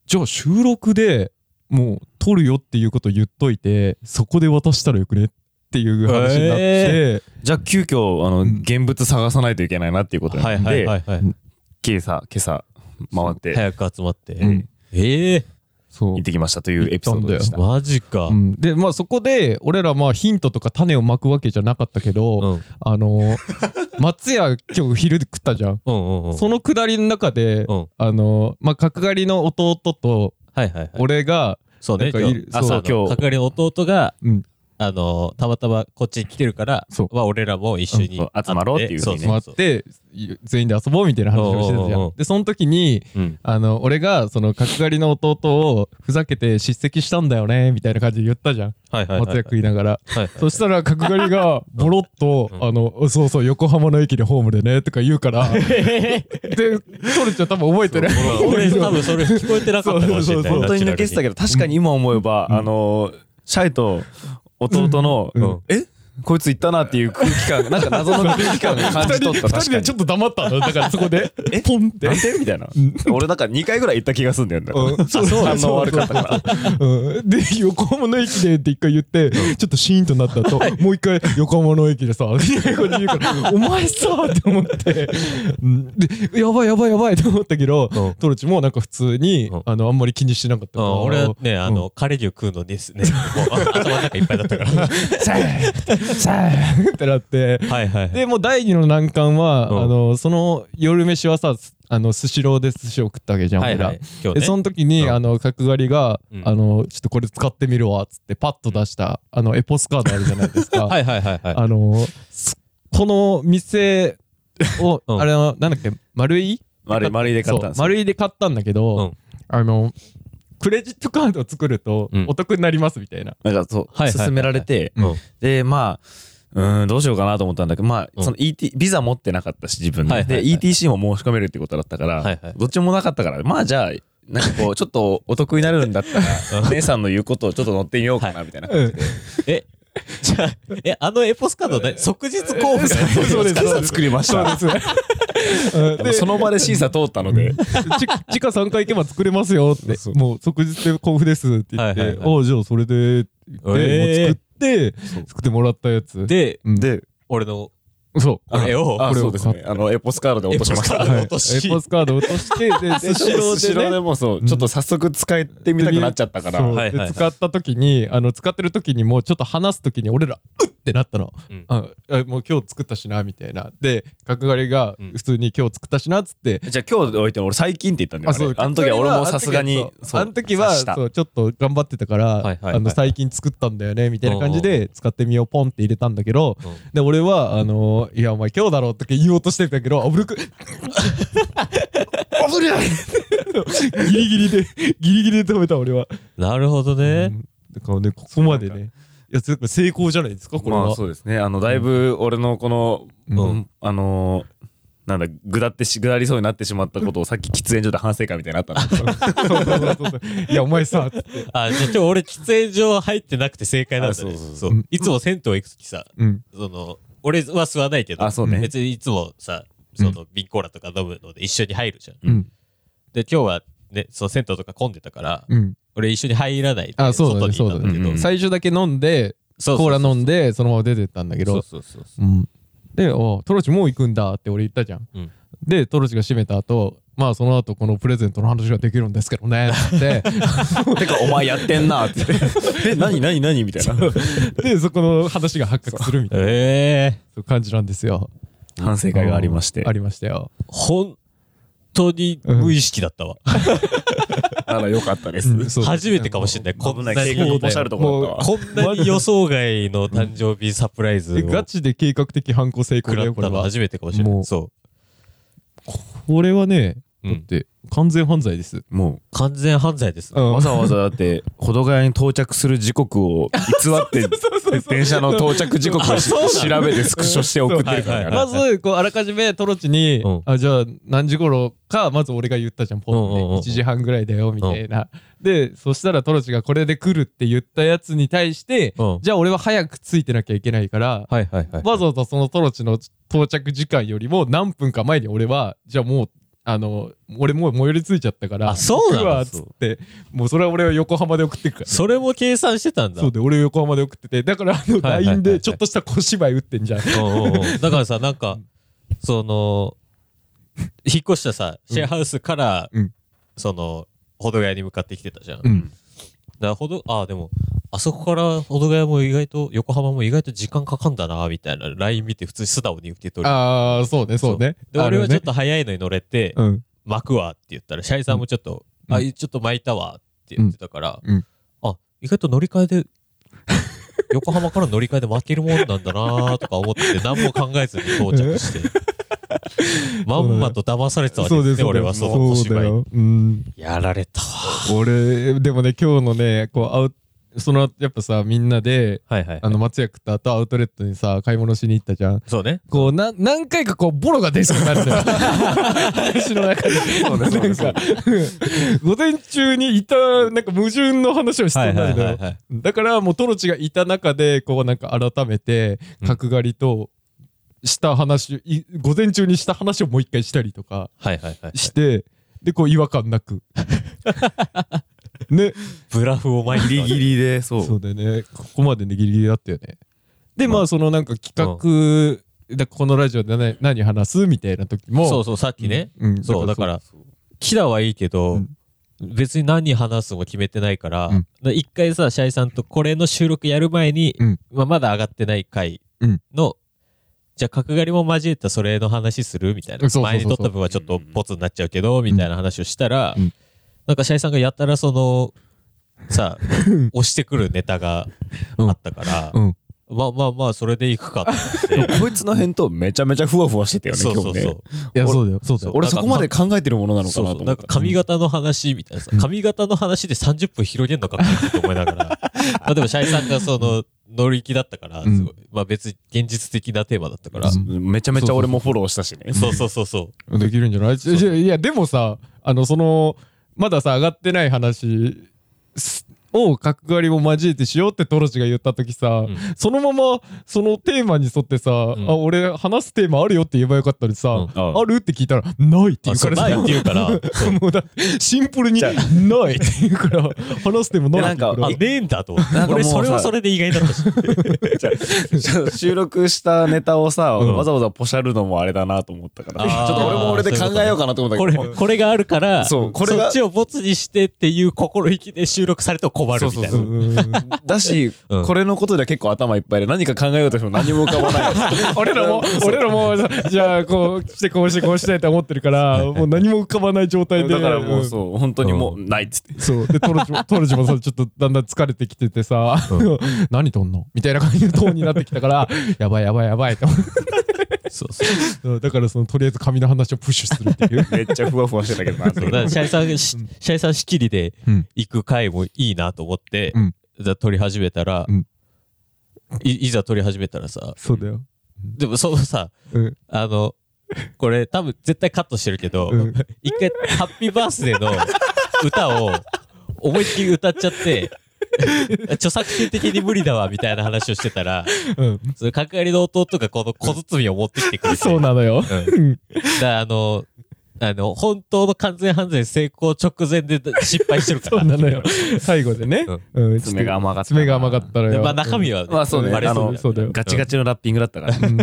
Speaker 2: じゃあ収録でもう撮るよっていうこと言っといてそこで渡したらよくねっていう話になって、
Speaker 1: え
Speaker 3: じゃあ急遽あの
Speaker 2: うん
Speaker 3: 現物探さないといけないなっていうことにな
Speaker 1: はい
Speaker 3: って、
Speaker 1: はいはいはい。
Speaker 3: 今朝今朝回って
Speaker 1: 早く集まって。
Speaker 2: うん
Speaker 1: ええ
Speaker 2: そう
Speaker 3: 行ってきましたというエピソードでした
Speaker 1: マジか。
Speaker 2: うん、でまあそこで俺らまあヒントとか種をまくわけじゃなかったけど、
Speaker 1: うん。うん
Speaker 2: あのー松屋今日昼食ったじゃん、
Speaker 1: うんうん。
Speaker 2: そのくだりの中で、
Speaker 1: うん
Speaker 2: あのーまあ角刈りの弟と
Speaker 1: はいはいはい。
Speaker 2: 俺が、
Speaker 1: そうね、
Speaker 2: なんか
Speaker 1: 今
Speaker 2: い
Speaker 1: 日
Speaker 2: る
Speaker 3: そ
Speaker 1: 朝
Speaker 3: う今
Speaker 1: 今
Speaker 3: 日
Speaker 1: 日係の弟が、
Speaker 2: うん
Speaker 1: あのーたまたまこっちに来てるから
Speaker 2: そう
Speaker 1: まあ俺らも一緒に
Speaker 3: うんそう集まろうっていうふうにね
Speaker 1: そ
Speaker 2: 回ってい全員で遊ぼうみたいな話をしてたじゃ
Speaker 1: おうおうお
Speaker 2: ん
Speaker 1: う
Speaker 2: でその時に
Speaker 1: うん
Speaker 2: あの俺がその角刈りの弟をふざけて叱責したんだよねみたいな感じで言ったじゃん、
Speaker 1: はいはいはい
Speaker 2: 松屋食いながら
Speaker 1: はいはい
Speaker 2: そしたら角刈りがボロッと
Speaker 1: う
Speaker 2: 「
Speaker 1: ん
Speaker 2: あのそうそう横浜の駅でホームでね」とか言うからでトルちゃん多分覚えてる
Speaker 1: そう俺多分それ聞こえてなかったかもしれない
Speaker 2: そうそうそう
Speaker 3: 本当に抜けてたけ
Speaker 1: ど
Speaker 3: ど確かに今思えば、あのシャイと弟の、
Speaker 2: うん
Speaker 1: うん
Speaker 3: えこいつ行ったなっていう空気 感なんか謎の空気感が感じ取った
Speaker 2: 2人
Speaker 3: 確か
Speaker 2: で
Speaker 3: に
Speaker 2: ちょっと黙ったのだからそこで
Speaker 3: え
Speaker 2: ポンって
Speaker 3: なんでみたいな俺なんか2回ぐらい行った気がすんだよね
Speaker 2: うんそうそう
Speaker 3: 反応悪かったから
Speaker 2: うんで横浜の駅でって一回言ってちょっとシーンとなった後もう一回横浜の駅でさ みたいな感じで言うから「お前さ」って思ってうんでやばいやばいやばいと思ったけど
Speaker 1: うん
Speaker 2: トルチもなんか普通に
Speaker 1: うん
Speaker 2: あのあんまり気にしてなかった
Speaker 1: う
Speaker 2: から
Speaker 1: ん、俺はね、あの、カレー牛食うのですね。もうあ頭の中いっぱいだったから。は
Speaker 2: シャーシャーってなって
Speaker 1: いはい。
Speaker 2: でもう第二の難関は、
Speaker 1: うん
Speaker 2: あのその夜飯はさすあのスシローで寿司を食ったわけじゃん、
Speaker 1: はい
Speaker 2: 俺ら、
Speaker 1: はい。今日
Speaker 2: で
Speaker 1: ね。
Speaker 2: その時
Speaker 1: う
Speaker 2: に、
Speaker 1: ん
Speaker 2: あの角刈りが、
Speaker 1: うん
Speaker 2: あのちょっとこれ使ってみるわっつってパッと出した、あのエポスカードあるじゃないです か、
Speaker 1: はいはいはいはい。
Speaker 2: あのすこの店を、
Speaker 1: うん
Speaker 2: あれはなんだっけ丸い
Speaker 3: 丸い丸いで買
Speaker 2: そ
Speaker 3: ったん
Speaker 2: う
Speaker 3: ですよ
Speaker 2: 丸いで買ったんだけど、あのクレジットカードを作ると
Speaker 1: うん
Speaker 2: お得になりますみたいな、
Speaker 3: なんかそう、
Speaker 1: はいはいはいはい
Speaker 3: 勧められて、
Speaker 1: うん
Speaker 3: でまあうーんどうしようかなと思ったんだけどま
Speaker 1: う
Speaker 3: あ
Speaker 1: ん
Speaker 3: その ET ビザ持ってなかったし自分で,、
Speaker 1: はいはいはい
Speaker 3: で ETC も申し込めるってことだったから、
Speaker 1: はいはい
Speaker 3: どっちもなかったからまあじゃあなんかこ うちょっとお得になるんだったら姉さんの言うことをちょっと乗ってみようかなみたいな、
Speaker 2: うん
Speaker 1: え、 じゃあ、え、あのエポスカードね、即日交付だよね
Speaker 2: そうですそうです
Speaker 3: 作りました
Speaker 2: そうです。 うん
Speaker 3: あのその場で審査通ったの で
Speaker 2: ち地下3回行けば作れますよって
Speaker 3: そう
Speaker 2: もう即日で交付ですって言って「
Speaker 1: はいはいはい
Speaker 2: ああじゃあそれで」って言って、
Speaker 1: えー
Speaker 2: もう作って作ってもらったやつ
Speaker 1: で、
Speaker 2: うん
Speaker 3: で
Speaker 1: 俺の、
Speaker 2: そ
Speaker 1: これを
Speaker 3: あ
Speaker 2: これを
Speaker 3: そうですねあのエポスカードで落としま
Speaker 1: エ
Speaker 3: し
Speaker 1: ポス
Speaker 2: う、
Speaker 3: た
Speaker 1: カード
Speaker 2: はい、エ
Speaker 1: 落
Speaker 2: ポ
Speaker 1: とし
Speaker 2: スカード落として でスシロ
Speaker 3: 後
Speaker 2: ーで
Speaker 3: ろ
Speaker 2: ね
Speaker 3: でもそうちょっと早速使ってみたくなっちゃったから、
Speaker 2: そう
Speaker 1: はいはいは
Speaker 2: で
Speaker 1: い
Speaker 2: 使った時にあの使ってる時にもうちょっと話す時に俺ら「うっ!」ってなったの、
Speaker 1: うん
Speaker 2: ああもう今日作ったしなみたいなで角刈りが
Speaker 1: うん
Speaker 2: 普通に今日作ったしなっつって
Speaker 3: じゃあ今日で置いても俺最近って言ったんだよ
Speaker 2: あ
Speaker 3: あれ
Speaker 2: そう
Speaker 3: あの時は俺もさすがにそう
Speaker 2: あの時は
Speaker 3: 察した
Speaker 2: そうちょっと頑張ってたから、
Speaker 1: はいはい
Speaker 2: あの最近作ったんだよねみたいな感じで使ってみようポンって入れたんだけど、
Speaker 1: うん
Speaker 2: で俺はあのいやお前今日だろ」って言おうとしてたけど危なく危ないギリギリで ギリギリで止めた俺は、
Speaker 1: なるほど
Speaker 2: う
Speaker 1: ね。
Speaker 2: んだからねここまでねいやそれ成功じゃないですかこれは、
Speaker 3: まあそうですねあのだいぶ俺のこの、
Speaker 2: うん
Speaker 3: うんあのーなんだ下ってし下りそうになってしまったことをさっき喫煙所で反省会みたいになったんだけど
Speaker 2: そうそうそうそういやお前さつって
Speaker 1: あ、じゃあ今日俺喫煙所入ってなくて正解なんだ
Speaker 3: あ
Speaker 1: ね。
Speaker 3: そうそう
Speaker 1: そう
Speaker 2: うん
Speaker 1: いつも銭湯行くときさ、
Speaker 2: うん
Speaker 1: その、俺は吸わないけど、
Speaker 3: あそうね
Speaker 1: 別にいつもさ、その、瓶コーラとか飲むので一緒に入るじゃん。
Speaker 2: うん
Speaker 1: で、今日はね、その銭湯とか混んでたから、
Speaker 2: うん
Speaker 1: 俺一緒に入らないで、
Speaker 2: あそう
Speaker 1: 外に
Speaker 2: だね
Speaker 1: いたんだけ
Speaker 3: そうだ
Speaker 1: ど
Speaker 3: ね、
Speaker 2: 最初だけ飲んで
Speaker 1: そうそうそう
Speaker 2: コーラ飲んでそのまま出てったんだけど
Speaker 1: そうそうそうそう。
Speaker 2: うん、で「おトロチもう行くんだ」って俺言ったじゃん、
Speaker 1: うん
Speaker 2: でトロチが閉めた後まあその後このプレゼントの話ができるんですけどねって
Speaker 3: てかお前やってんな って言ってえ何何何みたいな
Speaker 2: でそこの話が発覚す るみたいな
Speaker 1: ええ
Speaker 2: そう感じなんですよ
Speaker 3: 反省会がありまして
Speaker 2: ありましたよ
Speaker 1: 本当に無意識だったわ。
Speaker 3: あらよかったです、
Speaker 2: うんそう
Speaker 1: 初めてかもしれない。こん
Speaker 3: 危な
Speaker 1: ないに、
Speaker 3: 計画をおっしゃるところだった
Speaker 1: こ
Speaker 3: わ
Speaker 1: んなに予想外の誕生日サプライズを
Speaker 2: でガ
Speaker 1: 食
Speaker 2: チで計画的犯行成功だ
Speaker 1: ら
Speaker 2: よ
Speaker 1: っ
Speaker 2: これ
Speaker 1: たの
Speaker 2: は
Speaker 1: 初めてかもしれな
Speaker 2: もう
Speaker 1: い。そ
Speaker 2: これはね
Speaker 1: う。う
Speaker 2: だっ
Speaker 1: ん。
Speaker 2: て完全犯罪です、
Speaker 3: も
Speaker 1: 完全犯罪ですね。
Speaker 3: う
Speaker 2: うん
Speaker 3: わざわざだって保土ヶ谷に到着する時刻を偽って電車の到着時刻をし調べてスクショして送ってるからね、
Speaker 1: はいはい
Speaker 2: まずこうあらかじめトロチに、
Speaker 1: うん
Speaker 2: あじゃあ何時頃かまず俺が言ったじゃんポンで、
Speaker 1: うんうんうん
Speaker 2: 1時半ぐらいだよみたいな、でそしたらトロチがこれで来るって言ったやつに対して、
Speaker 1: うん
Speaker 2: じゃあ俺は早く着いてなきゃいけないから、
Speaker 1: はいはいはい。
Speaker 2: わざわざそのトロチの到着時間よりも何分か前に俺はじゃあもうあの俺もう最寄り着いちゃったから
Speaker 1: あそうなの
Speaker 2: 行くわっつってもうそれは俺は横浜で送ってくから
Speaker 1: それも計算してたんだ
Speaker 2: そうで俺横浜で送っててだからあの
Speaker 1: はいはいはいはい
Speaker 2: LINE でちょっとした小芝居打ってんじゃん
Speaker 1: うんうんうんだからさなんかその引っ越したさシェアハウスから、
Speaker 2: うん
Speaker 1: その保土ヶ谷に向かってきてたじゃん、
Speaker 2: う
Speaker 1: だか
Speaker 2: ん
Speaker 1: らほどあでもあそこから保土ヶ谷も意外と横浜も意外と時間かかんだなみたいな LINE 見て普通に素直に受け取る
Speaker 2: ああそうねそうね
Speaker 1: で俺はちょっ
Speaker 2: と
Speaker 1: と早いのに乗れて、
Speaker 2: うん
Speaker 1: 巻くわって言ったらシャイさんもちょっと、
Speaker 2: うん
Speaker 1: あちょっと巻いたわって言ってたから、
Speaker 2: うんうん
Speaker 1: あ意外と乗り換えで 横浜から乗り換えで巻けるもんなんだなとか思って何も考えずに到着して まんまと騙されてたわけ
Speaker 2: そ
Speaker 1: で
Speaker 2: う
Speaker 1: すね
Speaker 2: です
Speaker 1: 俺はその小
Speaker 2: そう
Speaker 1: 芝
Speaker 2: だ
Speaker 1: 居に
Speaker 2: ようん
Speaker 1: やられたわ
Speaker 2: 俺でもね今日のねこうアウそのやっぱさみんなで
Speaker 1: はいはい
Speaker 2: あの松屋食った後アウトレットにさ買い物しに行ったじゃん
Speaker 1: そうね
Speaker 2: こうな何回かこうボロが出そうになるん だよ話の中で
Speaker 3: そうねそうねそう
Speaker 2: なんかうん午前中にいたなんか矛盾の話をしそうになるんだよ
Speaker 1: はい
Speaker 2: だからもうトロチがいた中でこうなんか改めて
Speaker 1: うん
Speaker 2: 角刈りとした話い午前中にした話をもう一回したりとか
Speaker 1: はいはいはい
Speaker 2: してでこう違和感なくね
Speaker 1: ブラフを巻い
Speaker 3: ギ
Speaker 1: てた
Speaker 3: リ
Speaker 1: わけ
Speaker 3: ギリでそう
Speaker 2: そうだよねここまでねギリギリだったよねでまあそのなんか企画だこのラジオで何何話すみたいな時も
Speaker 1: そうそうさっきね、
Speaker 2: うん
Speaker 1: そうだからキラはいいけど、
Speaker 2: うん
Speaker 1: 別に何話すも決めてないから
Speaker 2: うん
Speaker 1: だから一、回さシャイさんとこれの収録やる前に、
Speaker 2: うん
Speaker 1: まあ、まだ上がってない回
Speaker 2: うん
Speaker 1: の、じゃあ角刈りも交えたそれの話するみたいな
Speaker 2: そうそうそうそう
Speaker 1: 前に撮った分はちょっとボツになっちゃうけど、みたいな話をしたら、
Speaker 2: うん
Speaker 1: なんかシャイさんがやたらその さ押してくるネタがあったから、
Speaker 2: うん
Speaker 1: まあまあまあそれでいく かと思って
Speaker 3: こいつの返答めちゃめちゃふわふわしてたよね
Speaker 1: そうそう
Speaker 3: 今日
Speaker 1: そ
Speaker 3: ね
Speaker 1: う
Speaker 2: いやそうだよそうだよ
Speaker 3: 俺そこまで考えてるものなのか
Speaker 1: そう
Speaker 3: な
Speaker 1: そ
Speaker 3: と
Speaker 1: う
Speaker 3: 思
Speaker 1: な
Speaker 3: っ
Speaker 1: ん
Speaker 3: た
Speaker 1: か髪型の話みたいなさ、髪型の話で30分広げんのかこいつと思いなが らまあでもシャイさんがその乗り気だったから
Speaker 2: うん
Speaker 1: すごい、まあ別に現実的なテーマだったから、
Speaker 2: うん
Speaker 3: めちゃめちゃ俺もフォローしたしね
Speaker 1: そうそうそうそう
Speaker 2: できるんじゃない
Speaker 1: そう
Speaker 2: いやいやでもさあのそのまださ上がってない話すを角刈りも交えてしようってトロチが言った時さ、
Speaker 1: うん
Speaker 2: そのままそのテーマに沿ってさ、
Speaker 1: ん
Speaker 2: あ俺話すテーマあるよって言えばよかったのにさ、
Speaker 1: うん
Speaker 2: あるって聞いたらないって
Speaker 1: あ
Speaker 2: 言う
Speaker 1: そ
Speaker 2: か
Speaker 1: う
Speaker 2: ら
Speaker 1: な
Speaker 2: さ
Speaker 1: いって言うからそう
Speaker 2: もうだってシンプルにないって言うから話すテーマないって言う から
Speaker 1: あねえんだと思って
Speaker 3: なんかもう
Speaker 1: 俺
Speaker 3: さ
Speaker 1: それはそれで意外だ ったし
Speaker 3: 収録したネタをさ、
Speaker 2: うん
Speaker 3: わざわざポシャるのもあれだなと思ったから
Speaker 1: あ
Speaker 3: ち
Speaker 1: ー
Speaker 3: ょっと俺も俺で考えようかなと思った
Speaker 1: こ
Speaker 3: け
Speaker 1: れ
Speaker 3: ど
Speaker 1: これがあるから
Speaker 3: そうこれが
Speaker 1: っちをボツにしてっていう心意気で収録されても困るみたいな
Speaker 3: そうそう
Speaker 2: うん
Speaker 3: だし、
Speaker 1: うん
Speaker 3: これのことで結構頭いっぱいで何か考えようとしても何も浮かば ない
Speaker 2: 俺らも俺らもじゃあこうしてこうしてこうしてって思ってるからもう何も浮かばない状態で
Speaker 3: だからもうんそう本当にもうないっつって、
Speaker 2: そう。で、トロジ も、トロジもさ、ちょっとだんだん疲れてきててさ、 何とんのみたいな感じのトーンになってきたから、 やばいやばいやばいと思って
Speaker 1: そうそう
Speaker 2: うんだから、その、とりあえず髪の話をプッシュするっていう。
Speaker 3: めっちゃふわふわしてたけどな
Speaker 1: そうだからシャイさんがし、シャイさん仕切りで
Speaker 2: うん
Speaker 1: 行く回もいいなと思って、
Speaker 2: うん
Speaker 1: じゃあ撮り始めたら、
Speaker 2: うん
Speaker 1: いいざ撮り始めたらさ、
Speaker 2: そうだよ。
Speaker 1: でもそのさ、
Speaker 2: うん。
Speaker 1: あの、これ多分絶対カットしてるけど、
Speaker 2: うん
Speaker 1: 一回ハッピーバースデーの歌を思いっきり歌っちゃって、著作権的に無理だわみたいな話をしてたら、
Speaker 2: うん。
Speaker 1: その角刈りの弟がこの小包を持ってきてくれて、
Speaker 2: そうなのよ。
Speaker 1: うんだからあの、あの、本当の完全犯罪成功直前で失敗してるか
Speaker 2: そ
Speaker 1: ら。
Speaker 2: うなのよ。最後でね
Speaker 1: うん。
Speaker 2: うん
Speaker 3: 爪が甘かったな
Speaker 2: 爪が甘かったの
Speaker 1: で
Speaker 2: よ。
Speaker 1: まあ中身はね、
Speaker 3: まあそうね
Speaker 1: バレ
Speaker 3: あ
Speaker 1: そう
Speaker 3: の
Speaker 1: だ
Speaker 2: そうだよ
Speaker 1: ん
Speaker 3: ガチガチのラッピングだったから
Speaker 2: うん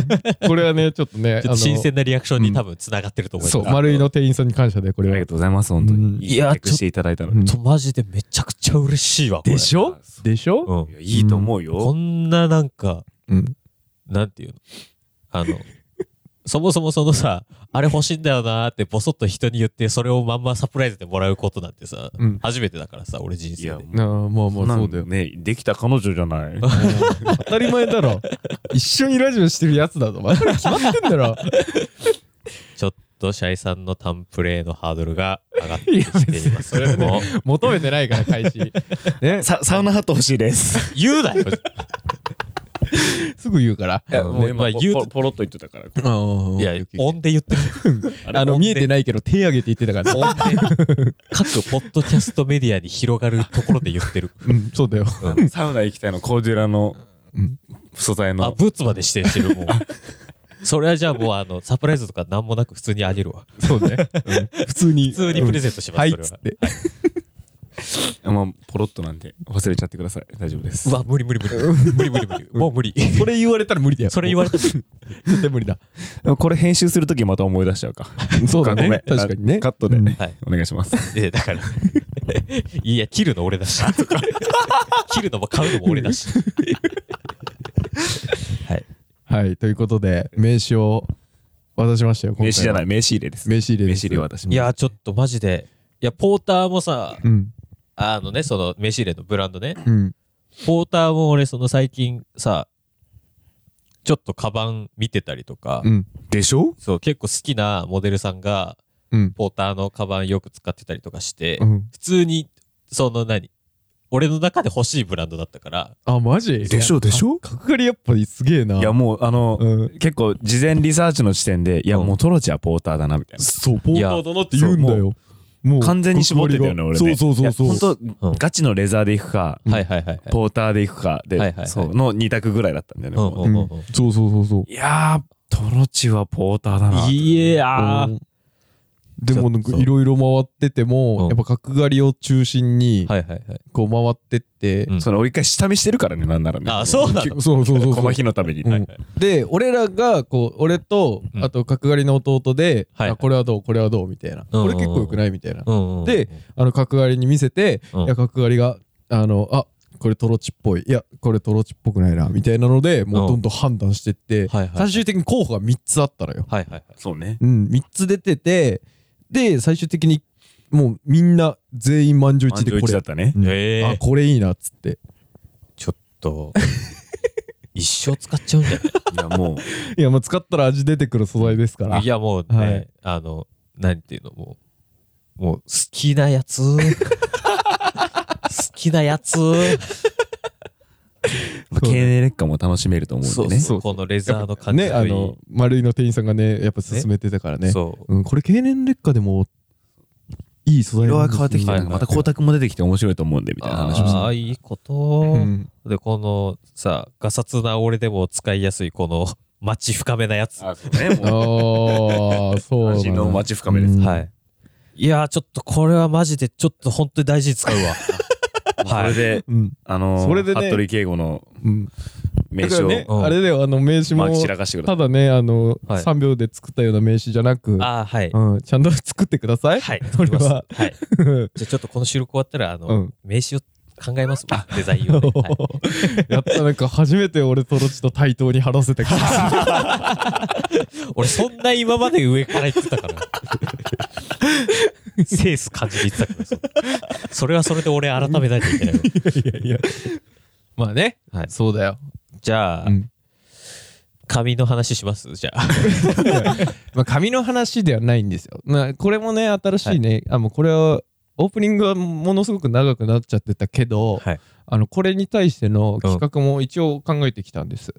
Speaker 2: これはね、ちょっとね、
Speaker 1: ちょっと新鮮
Speaker 2: あ
Speaker 1: なリアクションに多分つながってると
Speaker 2: の
Speaker 1: 思います。
Speaker 2: そう、丸井の店員さんに感謝だよ、これ
Speaker 3: あり
Speaker 2: は
Speaker 3: が。とうございます、本当
Speaker 2: うん
Speaker 3: に。いい
Speaker 1: や
Speaker 3: や、していただいたの
Speaker 2: う
Speaker 3: に。
Speaker 2: ん
Speaker 1: とマジでめちゃくちゃ嬉しいわ。これ
Speaker 2: でしょでしょ
Speaker 1: うん
Speaker 3: いやいいと思う
Speaker 1: こ
Speaker 3: よ。
Speaker 1: んななんか、
Speaker 2: うん。
Speaker 1: なんていうのあの、 そもそもそのさ、あれ欲しいんだよなーってボソッと人に言って、それをまんまサプライズでもらうことなんてさ、
Speaker 2: うん
Speaker 1: 初めてだからさ、俺人
Speaker 3: い
Speaker 1: 生
Speaker 3: や、
Speaker 1: で。
Speaker 2: あ
Speaker 3: も
Speaker 2: ー
Speaker 3: う
Speaker 2: まあまあ、そうだよ。
Speaker 3: ね、できた彼女じゃない。
Speaker 2: 当たり前だろ。一緒にラジオしてるやつだぞ。お前決まってんだろ。
Speaker 1: ちょっとシャイさんのタンプレーのハードルが上がってきていますけども。
Speaker 2: 求めてないから、開始。ね、
Speaker 3: さサウナハット欲しいです。
Speaker 1: 言うなよ
Speaker 2: すぐ言うから。
Speaker 3: いや、もう
Speaker 1: まあ
Speaker 3: 今、
Speaker 1: 言う
Speaker 3: ポロポロっと言ってたから。
Speaker 2: い
Speaker 1: いや、音で言ってる。
Speaker 2: あの、見えてないけど、手挙げて言ってたから。
Speaker 1: 音で、各ポッドキャストメディアに広がるところで言って る。
Speaker 2: うん、そうだよ。
Speaker 3: サウナ行きたいの、コーデュラの素材
Speaker 1: あ、
Speaker 3: の。
Speaker 1: ブーツまで指定してる、もう。 それはじゃあもうあの、サプライズとかなんもなく普通にあげるわ。
Speaker 2: そうね。普通に。
Speaker 1: 普通にプレゼントします、
Speaker 2: はい
Speaker 1: それ
Speaker 2: つ
Speaker 1: は
Speaker 2: っ。て。
Speaker 3: まあ、ポロッとなんで、忘れちゃってください。大丈夫です。
Speaker 1: うわ、無理無理無理。無理無理無理。もう無理。
Speaker 2: それ言われたら無理だよ。
Speaker 1: それ言われ
Speaker 2: れ
Speaker 1: たら
Speaker 2: 絶対無理だ。
Speaker 3: これ編集するときまた思い出しちゃうか。
Speaker 2: そうだ
Speaker 3: ごめん
Speaker 2: ね。確かにね。
Speaker 3: カットで。
Speaker 2: うん
Speaker 1: はい。
Speaker 3: お願いします。
Speaker 1: え、だから。 いや、切るの俺だ し。切るのも買うのも俺だし。はい。
Speaker 2: はい。ということで、名刺を渡しましたよ。。
Speaker 3: 名刺じゃないい、名刺入れです。
Speaker 2: 名刺入れ
Speaker 3: 名
Speaker 2: で
Speaker 3: 刺
Speaker 2: す。
Speaker 3: 入れ渡します
Speaker 1: いや、ちょっとマジで。いや、ポーターもさ、
Speaker 2: うん。
Speaker 1: あのね、その、飯入れのブランドね。
Speaker 2: うん。
Speaker 1: ポーターも俺、その最近さ、ちょっとカバン見てたりとか、
Speaker 2: うん。
Speaker 3: でしょ
Speaker 1: そう、結構好きなモデルさんが、
Speaker 2: うん。
Speaker 1: ポーターのカバンよく使ってたりとかして、
Speaker 2: うん。
Speaker 1: 普通に、その何俺の中で欲しいブランドだったから、
Speaker 2: あ、マジで
Speaker 3: でしょでしょ
Speaker 2: 角刈りやっぱりすげえな。
Speaker 3: いや、もう、あの、
Speaker 2: うん。
Speaker 3: 結構、事前リサーチの時点で、いや、
Speaker 1: うん
Speaker 3: もうトロチはポーターだな、みたいな。
Speaker 2: そう、ポーターだなって言うんだよ。もう
Speaker 3: 完全に絞ってたよね、俺ね。
Speaker 2: そうそうそうそう。
Speaker 3: 本当、
Speaker 1: うん
Speaker 3: ガチのレザーで行くか、
Speaker 1: はいはいはいはい。
Speaker 3: ポーターで行くかで、
Speaker 1: はいはいはい
Speaker 3: そうの2択ぐらいだったんだよね。
Speaker 1: うんうん
Speaker 3: もう
Speaker 1: うん
Speaker 2: うんそうそうそうそう。
Speaker 3: いやー、トロチはポーターだな。
Speaker 1: いや
Speaker 2: う
Speaker 1: ー
Speaker 2: んでもなん
Speaker 1: ちょ
Speaker 2: か
Speaker 1: っと
Speaker 2: いろいろ回ってて
Speaker 1: う
Speaker 2: も、
Speaker 1: ん
Speaker 2: やっぱ角刈りを中心に
Speaker 1: はいはいはい。
Speaker 2: こう回ってって、
Speaker 1: うん
Speaker 3: その俺一回下見してるからね、なんならね。
Speaker 1: あそうな
Speaker 2: きそうそうそう
Speaker 3: こ
Speaker 2: そ
Speaker 3: の
Speaker 2: う
Speaker 3: 日のために。
Speaker 2: うんで俺らがこう俺と
Speaker 1: うん
Speaker 2: あと角刈りの弟で、
Speaker 1: はい
Speaker 2: あこれはどうこれはどうみたいな、
Speaker 1: うんうんう
Speaker 2: こ
Speaker 1: ん
Speaker 2: れ結構よくないみたいな、
Speaker 1: うんうん、
Speaker 2: であの角刈りに見せて、
Speaker 1: うん
Speaker 2: いや角刈りがあのあこれトロチっぽいいやこれトロチっぽくないなみたいなのでもうどんどん判断してって、
Speaker 1: はいはい
Speaker 2: 最終的に候補が3つあったのよ
Speaker 1: はいはいはい。
Speaker 3: そうね。
Speaker 2: うん、3つ出てて、で、最終的にもうみんな全員満場一致で
Speaker 3: 満
Speaker 2: こ
Speaker 3: 場一致だ
Speaker 2: れ
Speaker 3: っ、たね。
Speaker 2: うん
Speaker 1: へえ
Speaker 2: あ、これいいなっつって。
Speaker 1: ちょっ と、一生使っちゃうんじゃない
Speaker 3: い や、もう、
Speaker 2: いや、もう使ったら味出てくる素材ですから。
Speaker 1: いやもうね、
Speaker 2: はい
Speaker 1: あの、なんていうの、もう、もう好きなやつ。 好きなやつ。
Speaker 3: まあ経年劣化も楽しめると思うんでね。
Speaker 2: そう
Speaker 1: このレザーの感じ
Speaker 2: ね、
Speaker 1: が
Speaker 2: あ
Speaker 1: いい。
Speaker 2: の、丸井の店員さんがね、やっぱ勧めてたからね。
Speaker 1: そう。
Speaker 2: うん、これ経年劣化でも、いい素材
Speaker 3: 色
Speaker 2: な
Speaker 3: は
Speaker 2: んです
Speaker 3: 変わってきて、
Speaker 1: はい
Speaker 3: なんかまた光沢も出てきて面白いと思うんで、みたいな話をし
Speaker 1: ああ、いいこと
Speaker 2: う。ん、
Speaker 1: で、このさ、ガサツな俺でも使いやすい、この、 待ち深めなやつ。
Speaker 3: た。あ、そうね。も、
Speaker 2: ああ、そううだ
Speaker 3: 安心の
Speaker 2: な。
Speaker 3: 待ち深めです。
Speaker 2: うん
Speaker 1: はい。いやー、ちょっとこれはマジで、ちょっと本当に大事に使うわ。
Speaker 3: そ
Speaker 1: は
Speaker 3: れ
Speaker 1: い。
Speaker 3: で、
Speaker 2: うん、
Speaker 3: あのー、
Speaker 2: それでね
Speaker 3: 服部敬吾の
Speaker 2: うん。
Speaker 3: 名
Speaker 2: だか
Speaker 3: 刺
Speaker 2: ら
Speaker 3: を、
Speaker 2: ね、
Speaker 1: うん
Speaker 2: あれだよ、あの名刺
Speaker 3: ま
Speaker 2: も
Speaker 3: あ、、散らかしてくだ
Speaker 2: た
Speaker 3: さ
Speaker 2: だね、あの、
Speaker 1: はい
Speaker 2: 3秒で作ったよ うな名刺じゃなく、
Speaker 1: ああ、はい。
Speaker 2: うん、ちゃんと作ってください。
Speaker 1: はい。
Speaker 2: それ
Speaker 1: 撮
Speaker 2: は
Speaker 1: りますはい。じゃあちょっとこの収録終わったら、あの、
Speaker 2: うん
Speaker 1: 名刺を考えますわ。デザインをね、はい
Speaker 2: やったなんか初めて俺トロチと対等に話せた気がする
Speaker 1: 俺、そんな今まで上から言ってたから。センス感じで言ってたからそれ、それはそれで俺改めないといけないわ。
Speaker 2: いやいやまあね、
Speaker 1: はい
Speaker 2: そうだよ、
Speaker 1: じゃあ、
Speaker 2: うん
Speaker 1: 紙の話しますじゃあ。
Speaker 2: まあ、 紙の話ではないんですよ、まあ、これもね新しいね、あもうこれはオープニングはものすごく長くなっちゃってたけど、
Speaker 1: はい
Speaker 2: あのこれに対しての企画も一応考えてきたんです、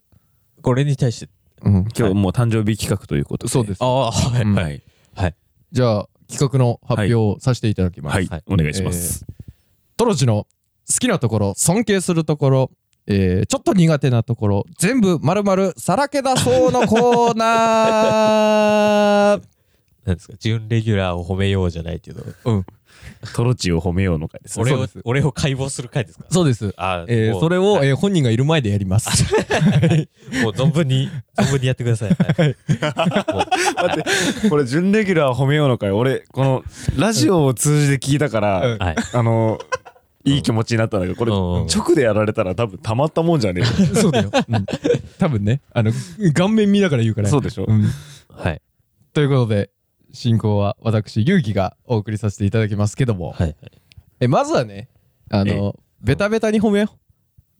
Speaker 1: これに対して。
Speaker 2: うん
Speaker 3: い。今日もう誕生日企画ということで。
Speaker 2: そうです
Speaker 1: ああ、はい。
Speaker 2: うん
Speaker 3: はい。
Speaker 2: じゃあ企画の発表をさせていただきます、
Speaker 3: はい
Speaker 1: はい。
Speaker 3: お願いします。
Speaker 2: トロジの好きなところ尊敬するところ、えーちょっと苦手なところ全部まるまるさらけ出そうのコーナー
Speaker 1: なんですか、準レギュラーを褒めようじゃないけど、
Speaker 3: トロチを褒めようの会ですね。
Speaker 1: 俺
Speaker 2: そう
Speaker 1: を
Speaker 2: です、
Speaker 1: 俺を解剖する回ですか
Speaker 2: そうです、
Speaker 1: ああ、
Speaker 2: えー
Speaker 1: もう
Speaker 2: それを、
Speaker 1: はい
Speaker 2: えー本人がいる前でやります
Speaker 1: もう存分に、存分にやってください。はい、もう
Speaker 3: 待って、これ、準レギュラーを褒めようの会、俺、この、ラジオを通じて聞いたから、
Speaker 2: うん
Speaker 1: はい。
Speaker 3: あの、いい気持ちになったんだけど、これ、
Speaker 1: うんうん
Speaker 3: 直でやられたら多分たまったもんじゃねえよ
Speaker 2: そうだよ、 うん多分ねあの顔面見ながら言うから
Speaker 3: そうでしょ
Speaker 2: ん
Speaker 1: はい。
Speaker 2: ということで進行は私勇気がお送りさせていただきますけども、
Speaker 1: はい。
Speaker 2: えまずはねあのベタベタに褒めよ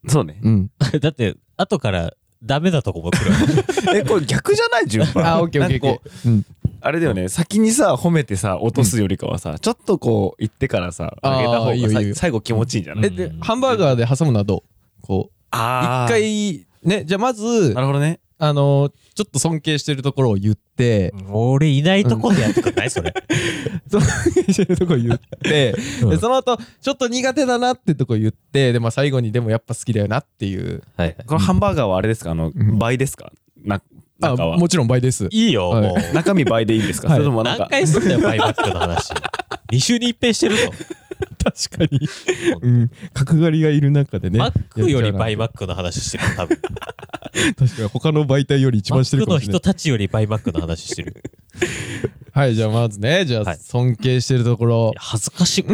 Speaker 3: そうね。
Speaker 2: う、うん、
Speaker 1: だって、後からダメなとこも来るわけでしょ。
Speaker 3: え、これ逆じゃない順 番。
Speaker 2: あオッケーオッケー
Speaker 3: な
Speaker 2: オ
Speaker 3: ん
Speaker 2: ッ
Speaker 3: かこ
Speaker 2: ケー、うん、
Speaker 3: うあれだよね、先にさ、褒めてさ、落とすよりかはさ、ちょっとこう、言ってからさ、
Speaker 2: あー
Speaker 3: あげた方
Speaker 2: いいよ
Speaker 3: がさ
Speaker 2: いいよ
Speaker 3: 最後気持ちいいんじゃ ない
Speaker 2: え
Speaker 1: うん
Speaker 2: でハンバーガーで挟むのはどうこう
Speaker 3: あ
Speaker 2: 一
Speaker 3: ー。
Speaker 2: 回ねじゃあまず
Speaker 3: なるほどね。
Speaker 2: あのちょっと尊敬してるところを言って
Speaker 1: 俺いないとこでやってくんないそれ。
Speaker 2: 尊敬してるところ言って、
Speaker 1: うん
Speaker 2: でその後ちょっと苦手だなってとこ言ってで、まあ、最後にでもやっぱ好きだよなっていう
Speaker 1: はい。
Speaker 3: このハンバーガーはあれですかあの、
Speaker 2: ん
Speaker 3: 倍ですかな、
Speaker 2: あ
Speaker 3: 中は
Speaker 2: もちろん 倍です
Speaker 1: いいよ、
Speaker 2: はい
Speaker 1: もう。
Speaker 3: 中身倍でいいんですか、
Speaker 2: はい
Speaker 3: それともなんか
Speaker 1: 何回すんだよ、バイバックの 話。2週に一遍してるぞ。
Speaker 2: 確かに、 うん、角刈りがいる中でね
Speaker 1: マックよりバ
Speaker 2: 倍
Speaker 1: イマックの話してる、多分。
Speaker 2: 確かに他の媒体より一
Speaker 1: マ
Speaker 2: 番して
Speaker 1: ッ
Speaker 2: る
Speaker 1: ク
Speaker 2: かも
Speaker 1: の
Speaker 2: しれな
Speaker 1: 人た
Speaker 2: い
Speaker 1: ちよりバイマックの話してる。
Speaker 2: はいじゃあまずねじゃ
Speaker 1: は
Speaker 2: あ
Speaker 1: い
Speaker 2: 尊敬してるところ
Speaker 1: いや、恥ずかしい。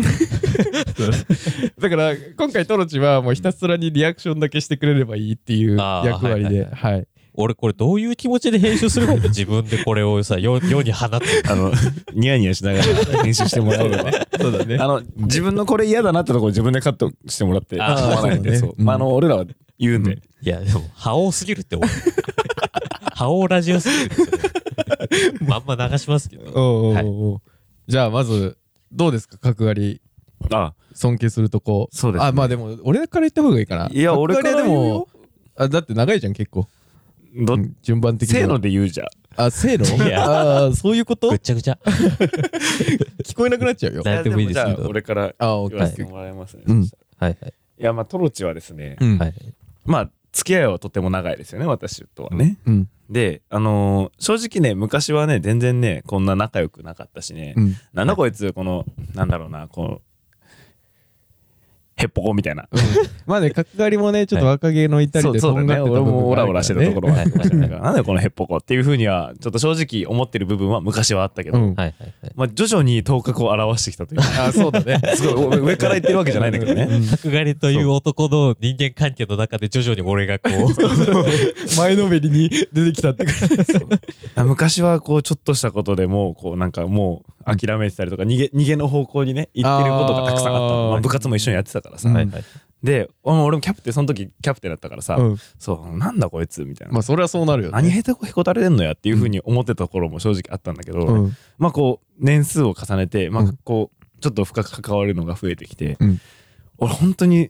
Speaker 2: だから今回トロチはもうひたすらにリアクションだけしてくれればいいっていう
Speaker 1: あー
Speaker 2: 役割ではい
Speaker 1: 俺、これどういう気持ちで編集 するかって自分でこれをさ、世世に放って。
Speaker 3: あのニヤニヤしながら編集してもらえれば
Speaker 2: そうだね
Speaker 3: あの自分のこれ嫌だなってところ自分でカットしてもらって
Speaker 1: あー
Speaker 3: 構わないんで
Speaker 2: そ
Speaker 3: そうう
Speaker 2: だね
Speaker 3: まああの俺らは言うんで、
Speaker 1: いや、でも、覇王すぎるって俺。 覇王ラジオすぎるってそれ。まんま流しますけど。
Speaker 2: おうおうおうじゃあまずどうですか角刈り
Speaker 3: あ
Speaker 2: 尊敬するとこ
Speaker 3: そうですね
Speaker 2: あまあでも俺から言った方がいいかない
Speaker 3: いや俺から
Speaker 2: で
Speaker 3: 言う
Speaker 2: も
Speaker 3: よ
Speaker 2: あだって長いじゃん結構
Speaker 3: ど
Speaker 2: うん順番的には
Speaker 3: せーので言うじゃん
Speaker 2: あせー
Speaker 1: い
Speaker 2: のあーそういうこと
Speaker 1: ぐっちゃぐちゃ。
Speaker 2: 聞こえなくなっちゃうよ
Speaker 1: なやってもいいですけど
Speaker 3: やじゃあ俺から
Speaker 2: あオッケーオ
Speaker 3: 言わ
Speaker 2: ッ
Speaker 3: せ
Speaker 2: ケ
Speaker 3: て
Speaker 2: ー
Speaker 3: もらいますね、
Speaker 2: うん
Speaker 1: はいはい。
Speaker 3: いやまあトロチはですね、
Speaker 2: うん
Speaker 1: はい。
Speaker 3: まあ付き合いはとても長いですよね私とはね、
Speaker 2: うん
Speaker 3: であのー正直ね昔はね全然ねこんな仲良くなかったしね、
Speaker 2: うん
Speaker 3: なんだこいつこのなんだろうなこうへっぽこみたいな
Speaker 2: まあね角刈りもねちょっと若気のいたり
Speaker 3: そう
Speaker 2: で
Speaker 3: そうだ
Speaker 2: とんがっ
Speaker 3: ね
Speaker 2: てた
Speaker 3: 俺
Speaker 2: 部分
Speaker 3: もオ
Speaker 2: があ
Speaker 3: ラ
Speaker 2: る
Speaker 3: オ
Speaker 2: から
Speaker 3: ラしてるところはあるかもしれないからなんだよこのへっぽこっていうふうにはちょっと正直思ってる部分は昔はあったけど、
Speaker 2: うん
Speaker 1: はいはいはい。
Speaker 3: まあ、徐々に頭角を表してきたというか
Speaker 2: あそうだね
Speaker 3: すごい上から言ってるわけじゃないんだけどね
Speaker 1: 角刈りという男の人間関係の中で徐々に俺がこ う、
Speaker 2: 前のめりに出てきたって感じ
Speaker 3: あ昔はこうちょっとしたことでもうこうなんかもう諦めてたりとか逃げ逃げの方向にね行ってることがたくさんあったの
Speaker 2: あー
Speaker 3: まあ、部活も一緒にやってたからさ、
Speaker 2: うん
Speaker 1: はいはい。
Speaker 3: で俺俺もキャプテンその時キャプテンだったからさ、
Speaker 2: うん
Speaker 3: そうなんだこいつみたいな、
Speaker 2: まあそれはそうなるよね
Speaker 3: 何へたこへこたれてんのやっていうふうに思ってたところも正直あったんだけど、
Speaker 2: うん
Speaker 3: まあこう年数を重ねてま
Speaker 2: う
Speaker 3: あ
Speaker 2: ん
Speaker 3: こうちょっと深く関わるのが増えてきて、
Speaker 2: うん
Speaker 3: 俺本当に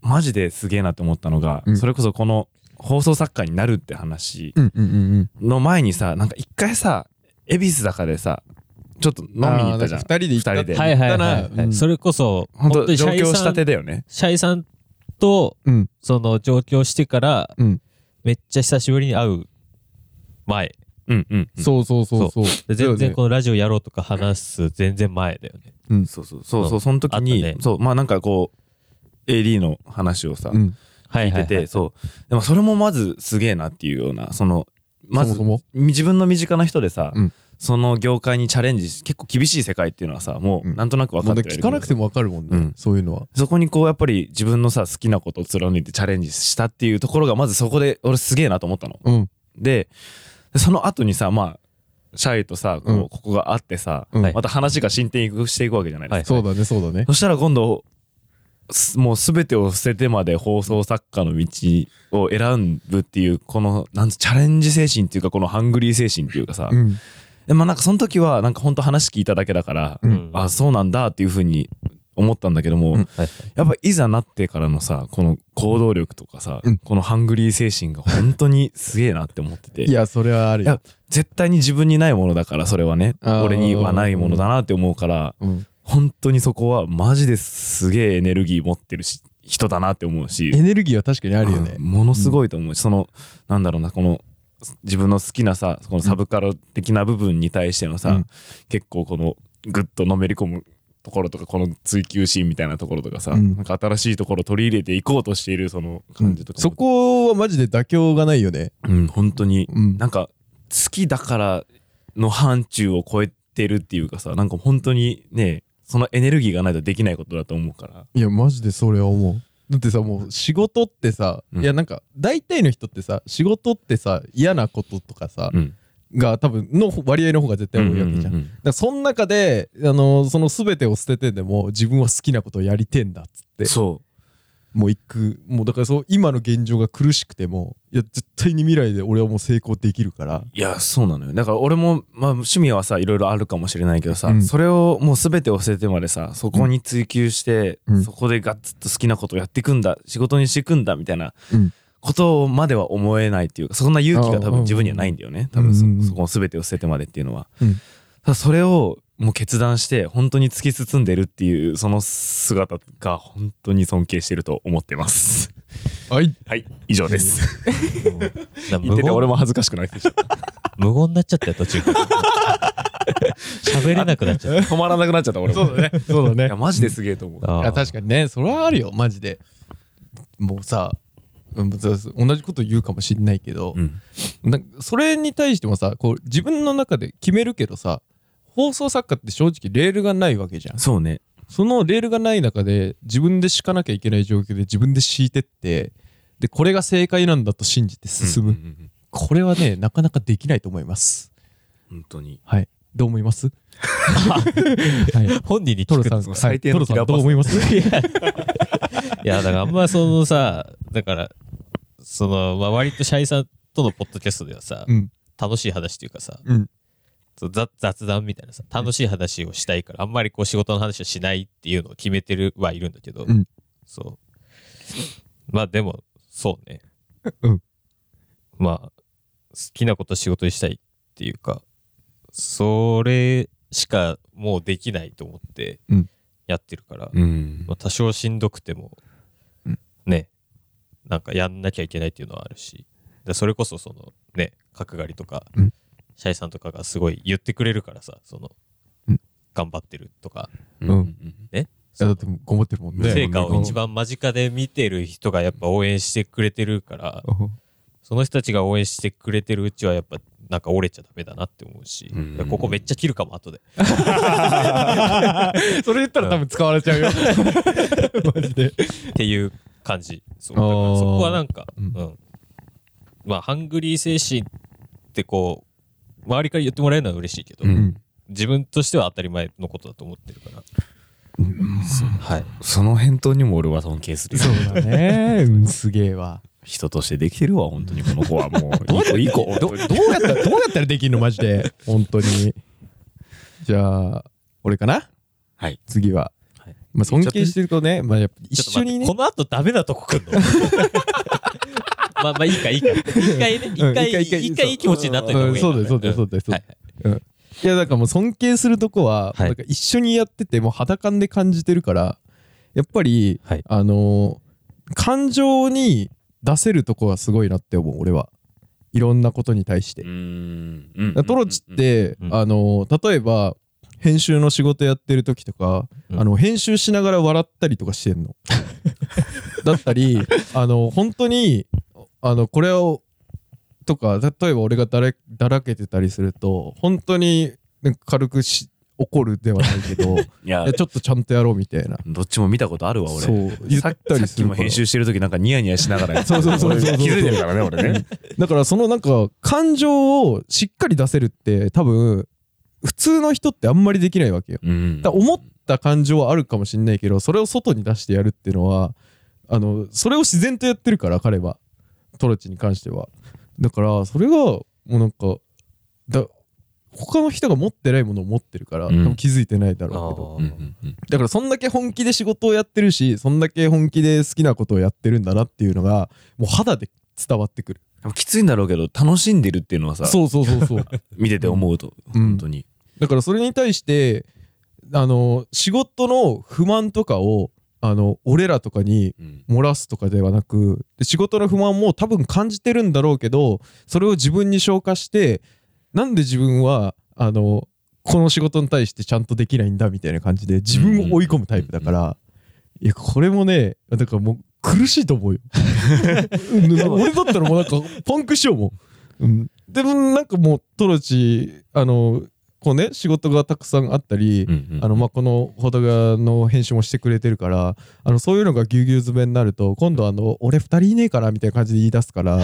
Speaker 3: マジですげえなと思ったのが、
Speaker 2: うん
Speaker 3: それこそこの放送作家になるって話、
Speaker 2: うんうんうん
Speaker 3: の前にさなんか一回さ恵比寿坂でさちょっと飲みに行ったじゃん
Speaker 2: あーなんか二人で行ったって
Speaker 3: 二人で
Speaker 1: はいはいはい
Speaker 2: うん
Speaker 1: はい。それこそ、
Speaker 3: 本当
Speaker 1: シ
Speaker 3: 上
Speaker 1: ャイ
Speaker 3: 京し
Speaker 1: さ
Speaker 3: た
Speaker 1: ん、シ
Speaker 3: てだよね
Speaker 1: ャイさんと、
Speaker 2: うん
Speaker 1: その上京してから、
Speaker 2: うん
Speaker 1: めっちゃ久しぶりに会う前。
Speaker 3: うんうん、うん
Speaker 2: そうそうそうそう
Speaker 1: で全然
Speaker 2: こ
Speaker 1: このラジオやろうとか話す全然前だよね。
Speaker 3: そうそうそうそうその時に、
Speaker 1: あったね
Speaker 3: そうまあなんかこう AD の話をさ、
Speaker 2: う
Speaker 3: 聞い
Speaker 2: ん
Speaker 1: はい
Speaker 3: てて、そうでもそれもまずすげえなっていうようなそのまず
Speaker 2: そも
Speaker 3: 自分の身近な人でさ、
Speaker 2: うん
Speaker 3: その業界にチャレンジし結構厳しい世界っていうのはさもう
Speaker 2: うん
Speaker 3: なんとなく分
Speaker 2: そも
Speaker 3: か
Speaker 2: も
Speaker 3: って
Speaker 2: う
Speaker 3: る
Speaker 2: 聞かなくてもわかるもん
Speaker 3: う
Speaker 2: ね
Speaker 3: ん
Speaker 2: そういうのは
Speaker 3: そこにこうやっぱり自分のさ好きなことを貫いてチャレンジしたっていうところがまずそこで俺すげえなと思ったの。
Speaker 2: うん
Speaker 3: でその後にさまあシャイとさこう、
Speaker 2: うん
Speaker 3: ここがあってさ、
Speaker 2: うん
Speaker 3: また話が進展していくわけじゃないですか、
Speaker 2: そうだねそうだね
Speaker 3: そしたら今度すもう全てを捨ててまで放送作家の道を選ぶっていうこのなんつチャレンジ精神っていうかこのハングリー精神っていうかさ、
Speaker 2: うん
Speaker 3: でまあなんかその時はなんか本当話聞いただけだから、
Speaker 2: うん
Speaker 1: うん
Speaker 3: あそうなんだっていうふうに思ったんだけど
Speaker 2: う
Speaker 3: も、
Speaker 2: ん
Speaker 1: はい
Speaker 3: やっぱいざなってからのさこの行動力とかさ、
Speaker 2: うん
Speaker 3: このハングリー精神が本当にすげえなって思ってて
Speaker 2: いやそれはある
Speaker 3: い
Speaker 2: よ
Speaker 3: や絶対に自分にないものだからそれはね
Speaker 2: あー
Speaker 3: 俺にはないものだなって思うから
Speaker 2: うん
Speaker 3: 本当にそこはマジですげえエネルギー持ってるし人だなって思うし
Speaker 2: エネルギーは確かにあるよね
Speaker 3: うんものすごいと思うし、そのなんだろうなこの自分の好きなさこのサブカル的な部分に対しての
Speaker 2: う
Speaker 3: さ、
Speaker 2: ん
Speaker 3: 結構このグッとのめり込むところとかこの追求シーンみたいなところとかさ、
Speaker 2: うん
Speaker 3: なんか新しいところを取り入れていこうとしているその感じとかも、
Speaker 2: そこはマジで妥協がないよね
Speaker 3: うん、本当に
Speaker 2: うん
Speaker 3: なんか好きだからの範疇を超えてるっていうかさなんか本当にねそのエネルギーがないとできないことだと思うから
Speaker 2: いやマジでそれは思うだってさもう仕事ってさ、
Speaker 3: うん
Speaker 2: いやなんか大体の人ってさ仕事ってさ嫌なこととかさ、
Speaker 3: うん
Speaker 2: が多分の割合の方が絶対多いわけじゃん,、だ
Speaker 3: う
Speaker 2: か
Speaker 3: ん
Speaker 2: らその中で、あのその全てを捨ててでも自分は好きなことをやりてんだっつって
Speaker 3: そ
Speaker 2: もう行くもうだからそう今の現状が苦しくてもいや絶対に未来で俺はもう成功できるから
Speaker 3: ういやそうなのよだから俺も、まあ、趣味はさいろいろあるかもしれないけどさ、
Speaker 2: うん
Speaker 3: それをもう全てを捨ててまでさそこに追求して、
Speaker 2: うん
Speaker 3: そこでガッツッと好きなことをやっていくんだ仕事にしていくんだみたいな
Speaker 2: うん
Speaker 3: ことまでは思えないっていうかそんな勇気が多
Speaker 2: ああ
Speaker 3: 分自分にはないんだよね
Speaker 2: うん
Speaker 3: 多分そ,、
Speaker 2: うんうんうん
Speaker 3: そこを全てを捨ててまでっていうのは。
Speaker 2: うん
Speaker 3: ただそれをもう決断して本当に突き進んでるっていうその姿が本当に尊敬してると思ってます。
Speaker 2: はい。
Speaker 3: はい、以上です。
Speaker 1: な
Speaker 3: 言っ
Speaker 1: 無
Speaker 3: てて
Speaker 1: 言
Speaker 3: 俺も恥ずかしくなってきちゃった。
Speaker 1: 無言になっちゃったよ途中から喋れなくなっちゃっ
Speaker 3: 止まらなくなっちゃった俺も。
Speaker 2: そうだね。そうだ
Speaker 3: い
Speaker 2: ね
Speaker 3: や、。マジですげえと思う。
Speaker 1: た
Speaker 2: いや確かにねそれはあるよマジでもうさうんそうそう同じこと言うかもしんないけど、
Speaker 3: うん
Speaker 2: なんかそれに対してもさこう自分の中で決めるけどさ放送作家って正直レールがないわけじゃん
Speaker 3: そうね。
Speaker 2: そのレールがない中で自分で敷かなきゃいけない状況で自分で敷いてってでこれが正解なんだと信じて進む、
Speaker 3: うんうんうん
Speaker 2: これはねなかなかできないと思います
Speaker 3: 本当に。
Speaker 2: はいどう思います はい
Speaker 1: 本人に
Speaker 2: ト
Speaker 1: 聞
Speaker 2: ロ
Speaker 1: く
Speaker 2: さん、
Speaker 3: そう
Speaker 2: はい、
Speaker 3: 最低
Speaker 2: ト
Speaker 3: の
Speaker 2: ロ
Speaker 3: キ
Speaker 2: さ
Speaker 3: ラ
Speaker 2: ん
Speaker 3: ーパ
Speaker 2: ど
Speaker 3: ス
Speaker 2: う思います
Speaker 1: いやだからあんまそのさだからその、まあ、割とシャイさんとのポッドキャストではさ、
Speaker 2: うん
Speaker 1: 楽しい話っていうかさ
Speaker 2: うん
Speaker 1: そう雑雑談みたいなさ楽しい話をしたいからあんまりこう仕事の話はしないっていうのを決めてるはいるんだけど、
Speaker 2: うん
Speaker 1: そうまあでもそうね
Speaker 2: うん
Speaker 1: まあ好きなこと仕事にしたいっていうかそれしかもうできないと思って
Speaker 2: うん
Speaker 1: やってるから、
Speaker 3: うん
Speaker 1: まあ、多少しんどくても、
Speaker 2: うん
Speaker 1: ねなんかやんなきゃいけないっていうのはあるしでそれこそそのね角刈りとか、
Speaker 2: うん
Speaker 1: シャイさんとかがすごい言ってくれるからさその、
Speaker 2: うん
Speaker 1: 頑張ってるとか
Speaker 3: うんん。
Speaker 2: いやだってごもってるもんね
Speaker 1: 成果を一番間近で見てる人がやっぱ応援してくれてるから
Speaker 2: うん
Speaker 1: その人たちが応援してくれてるうちはやっぱなんか折れちゃダメだなって思うし、
Speaker 3: うん
Speaker 1: だからここめっちゃ切るかも後で
Speaker 2: それ言ったら多分使われちゃうよ。 マジで。
Speaker 1: っていう感じそう
Speaker 2: あ
Speaker 1: だ
Speaker 2: ー
Speaker 1: からそこはなんか、
Speaker 2: う
Speaker 1: うんんまあハングリー精神ってこう周りから言ってもらえるのは嬉しいけど、
Speaker 3: うん
Speaker 1: 自分としては当たり前のことだと思ってるから、そうはい
Speaker 3: その返答にも俺は尊敬するよ。
Speaker 2: そうだね。うん、すげえわ。
Speaker 3: 人としてできてるわ、本当にこの子はもう。どういい子、いい子。
Speaker 2: どうやったら、どうやったらできんのマジで。本当に。じゃあ、俺かな
Speaker 3: はい。
Speaker 2: 次は。
Speaker 1: はい
Speaker 2: まあ、尊敬してるとね、まあ、やっぱ一
Speaker 1: ちょっと待っ
Speaker 2: 緒
Speaker 1: て
Speaker 2: にね。
Speaker 1: この後ダメなとこ来んの まあまあいいかいいか一回ね一回一回いい気持ちになっといた方
Speaker 2: う
Speaker 1: が
Speaker 2: ん
Speaker 1: いい
Speaker 2: そうだよ、そうだよ、
Speaker 1: よ
Speaker 2: そうだよ。そうだよ
Speaker 1: はい
Speaker 2: いやだからもう尊敬するとこは、
Speaker 1: はい
Speaker 2: なんか一緒にやっててもう肌感で感じてるからやっぱり、
Speaker 1: はい
Speaker 2: あのー感情に出せるとこはすごいなって思う俺はいろんなことに対して。
Speaker 3: う
Speaker 2: だか
Speaker 3: んうん
Speaker 2: らトロチって、
Speaker 1: うん
Speaker 2: あのー例えば編集の仕事やってる時とか、
Speaker 1: うん
Speaker 2: あの編集しながら笑ったりとかしてん の。だったりあの本当にあのこれをとか例えば俺がだらだらけてたりすると本当になんか軽くし怒るではないけ どい
Speaker 3: いや
Speaker 2: や、ちょっとちゃんとやろうみたいな
Speaker 3: どっちも見たことあるわ、俺。
Speaker 2: そう言っ
Speaker 3: さ
Speaker 2: た
Speaker 3: っきさ
Speaker 2: り
Speaker 3: っ
Speaker 2: す
Speaker 3: き
Speaker 2: る
Speaker 3: も
Speaker 2: から
Speaker 3: 編集してる時なんかニヤニヤしながらやって
Speaker 2: そう
Speaker 3: る
Speaker 2: そうそうそう
Speaker 3: 俺 気づいてるからね俺ね
Speaker 2: だからそのなんか感情をしっかり出せるって多分普通の人ってあんまりできないわけよ
Speaker 3: うん
Speaker 2: だから思った感情はあるかもしんないけどそれを外に出してやるっていうのはあのそれを自然とやってるから彼はトロチに関してはだからそれがもうなんかだ他の人が持ってないものを持ってるから、
Speaker 3: うん
Speaker 2: 多分気づいてないだ
Speaker 1: あ
Speaker 2: ろうけど
Speaker 1: ー
Speaker 3: うんうんうん
Speaker 2: だからそんだけ本気で仕事をやってるしそんだけ本気で好きなことをやってるんだなっていうのがもう肌で伝わってくる
Speaker 3: でもきついんだろうけど楽しんでるっていうのはさ
Speaker 2: そうそうそうそう
Speaker 3: 見てて思うと
Speaker 2: うん
Speaker 3: 本当に
Speaker 2: だからそれに対してあの仕事の不満とかをあの俺らとかに
Speaker 3: うん
Speaker 2: 漏らすとかではなくで仕事の不満も多分感じてるんだろうけどそれを自分に消化してなんで自分はあのこの仕事に対してちゃんとできないんだみたいな感じで自分を追い込むタイプだからいやこれもねだからもう苦しいと思うようん俺だったらもうなんかパンクしようもん、うん、でもなんかもうトロチあのこうね仕事がたくさんあったり、
Speaker 3: うんうん
Speaker 2: あのまあこの「ほどが」の編集もしてくれてるからあのそういうのがぎゅうぎゅう詰めになると今度あの「俺二人いねえから」みたいな感じで言い出すから、うん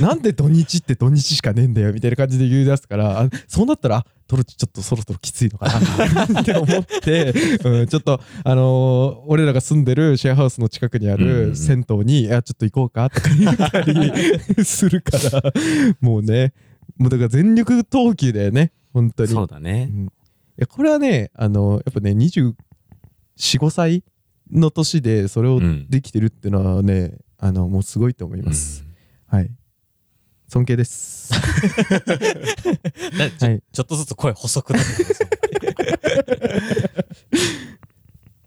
Speaker 2: なんで土日って土日しかねえんだよみたいな感じで言い出すからあそうなったらあトロチちょっとそろそろきついのかな って思って、うん、ちょっとあのー俺らが住んでるシェアハウスの近くにあ
Speaker 3: うんうんう
Speaker 2: る
Speaker 3: ん
Speaker 2: 銭湯に「いやちょっと行こうか」とか言ったりするからもうねもうだから全力投球だよね本当に。
Speaker 3: そうだね
Speaker 2: うんいやこれはねあのやっぱね245歳の年でそれを
Speaker 3: うん
Speaker 2: できてるっていうのはね、あのもうすごいと思います、はい尊敬です
Speaker 1: なんかちょ
Speaker 2: はい
Speaker 1: ちょっとずつ声細くなってます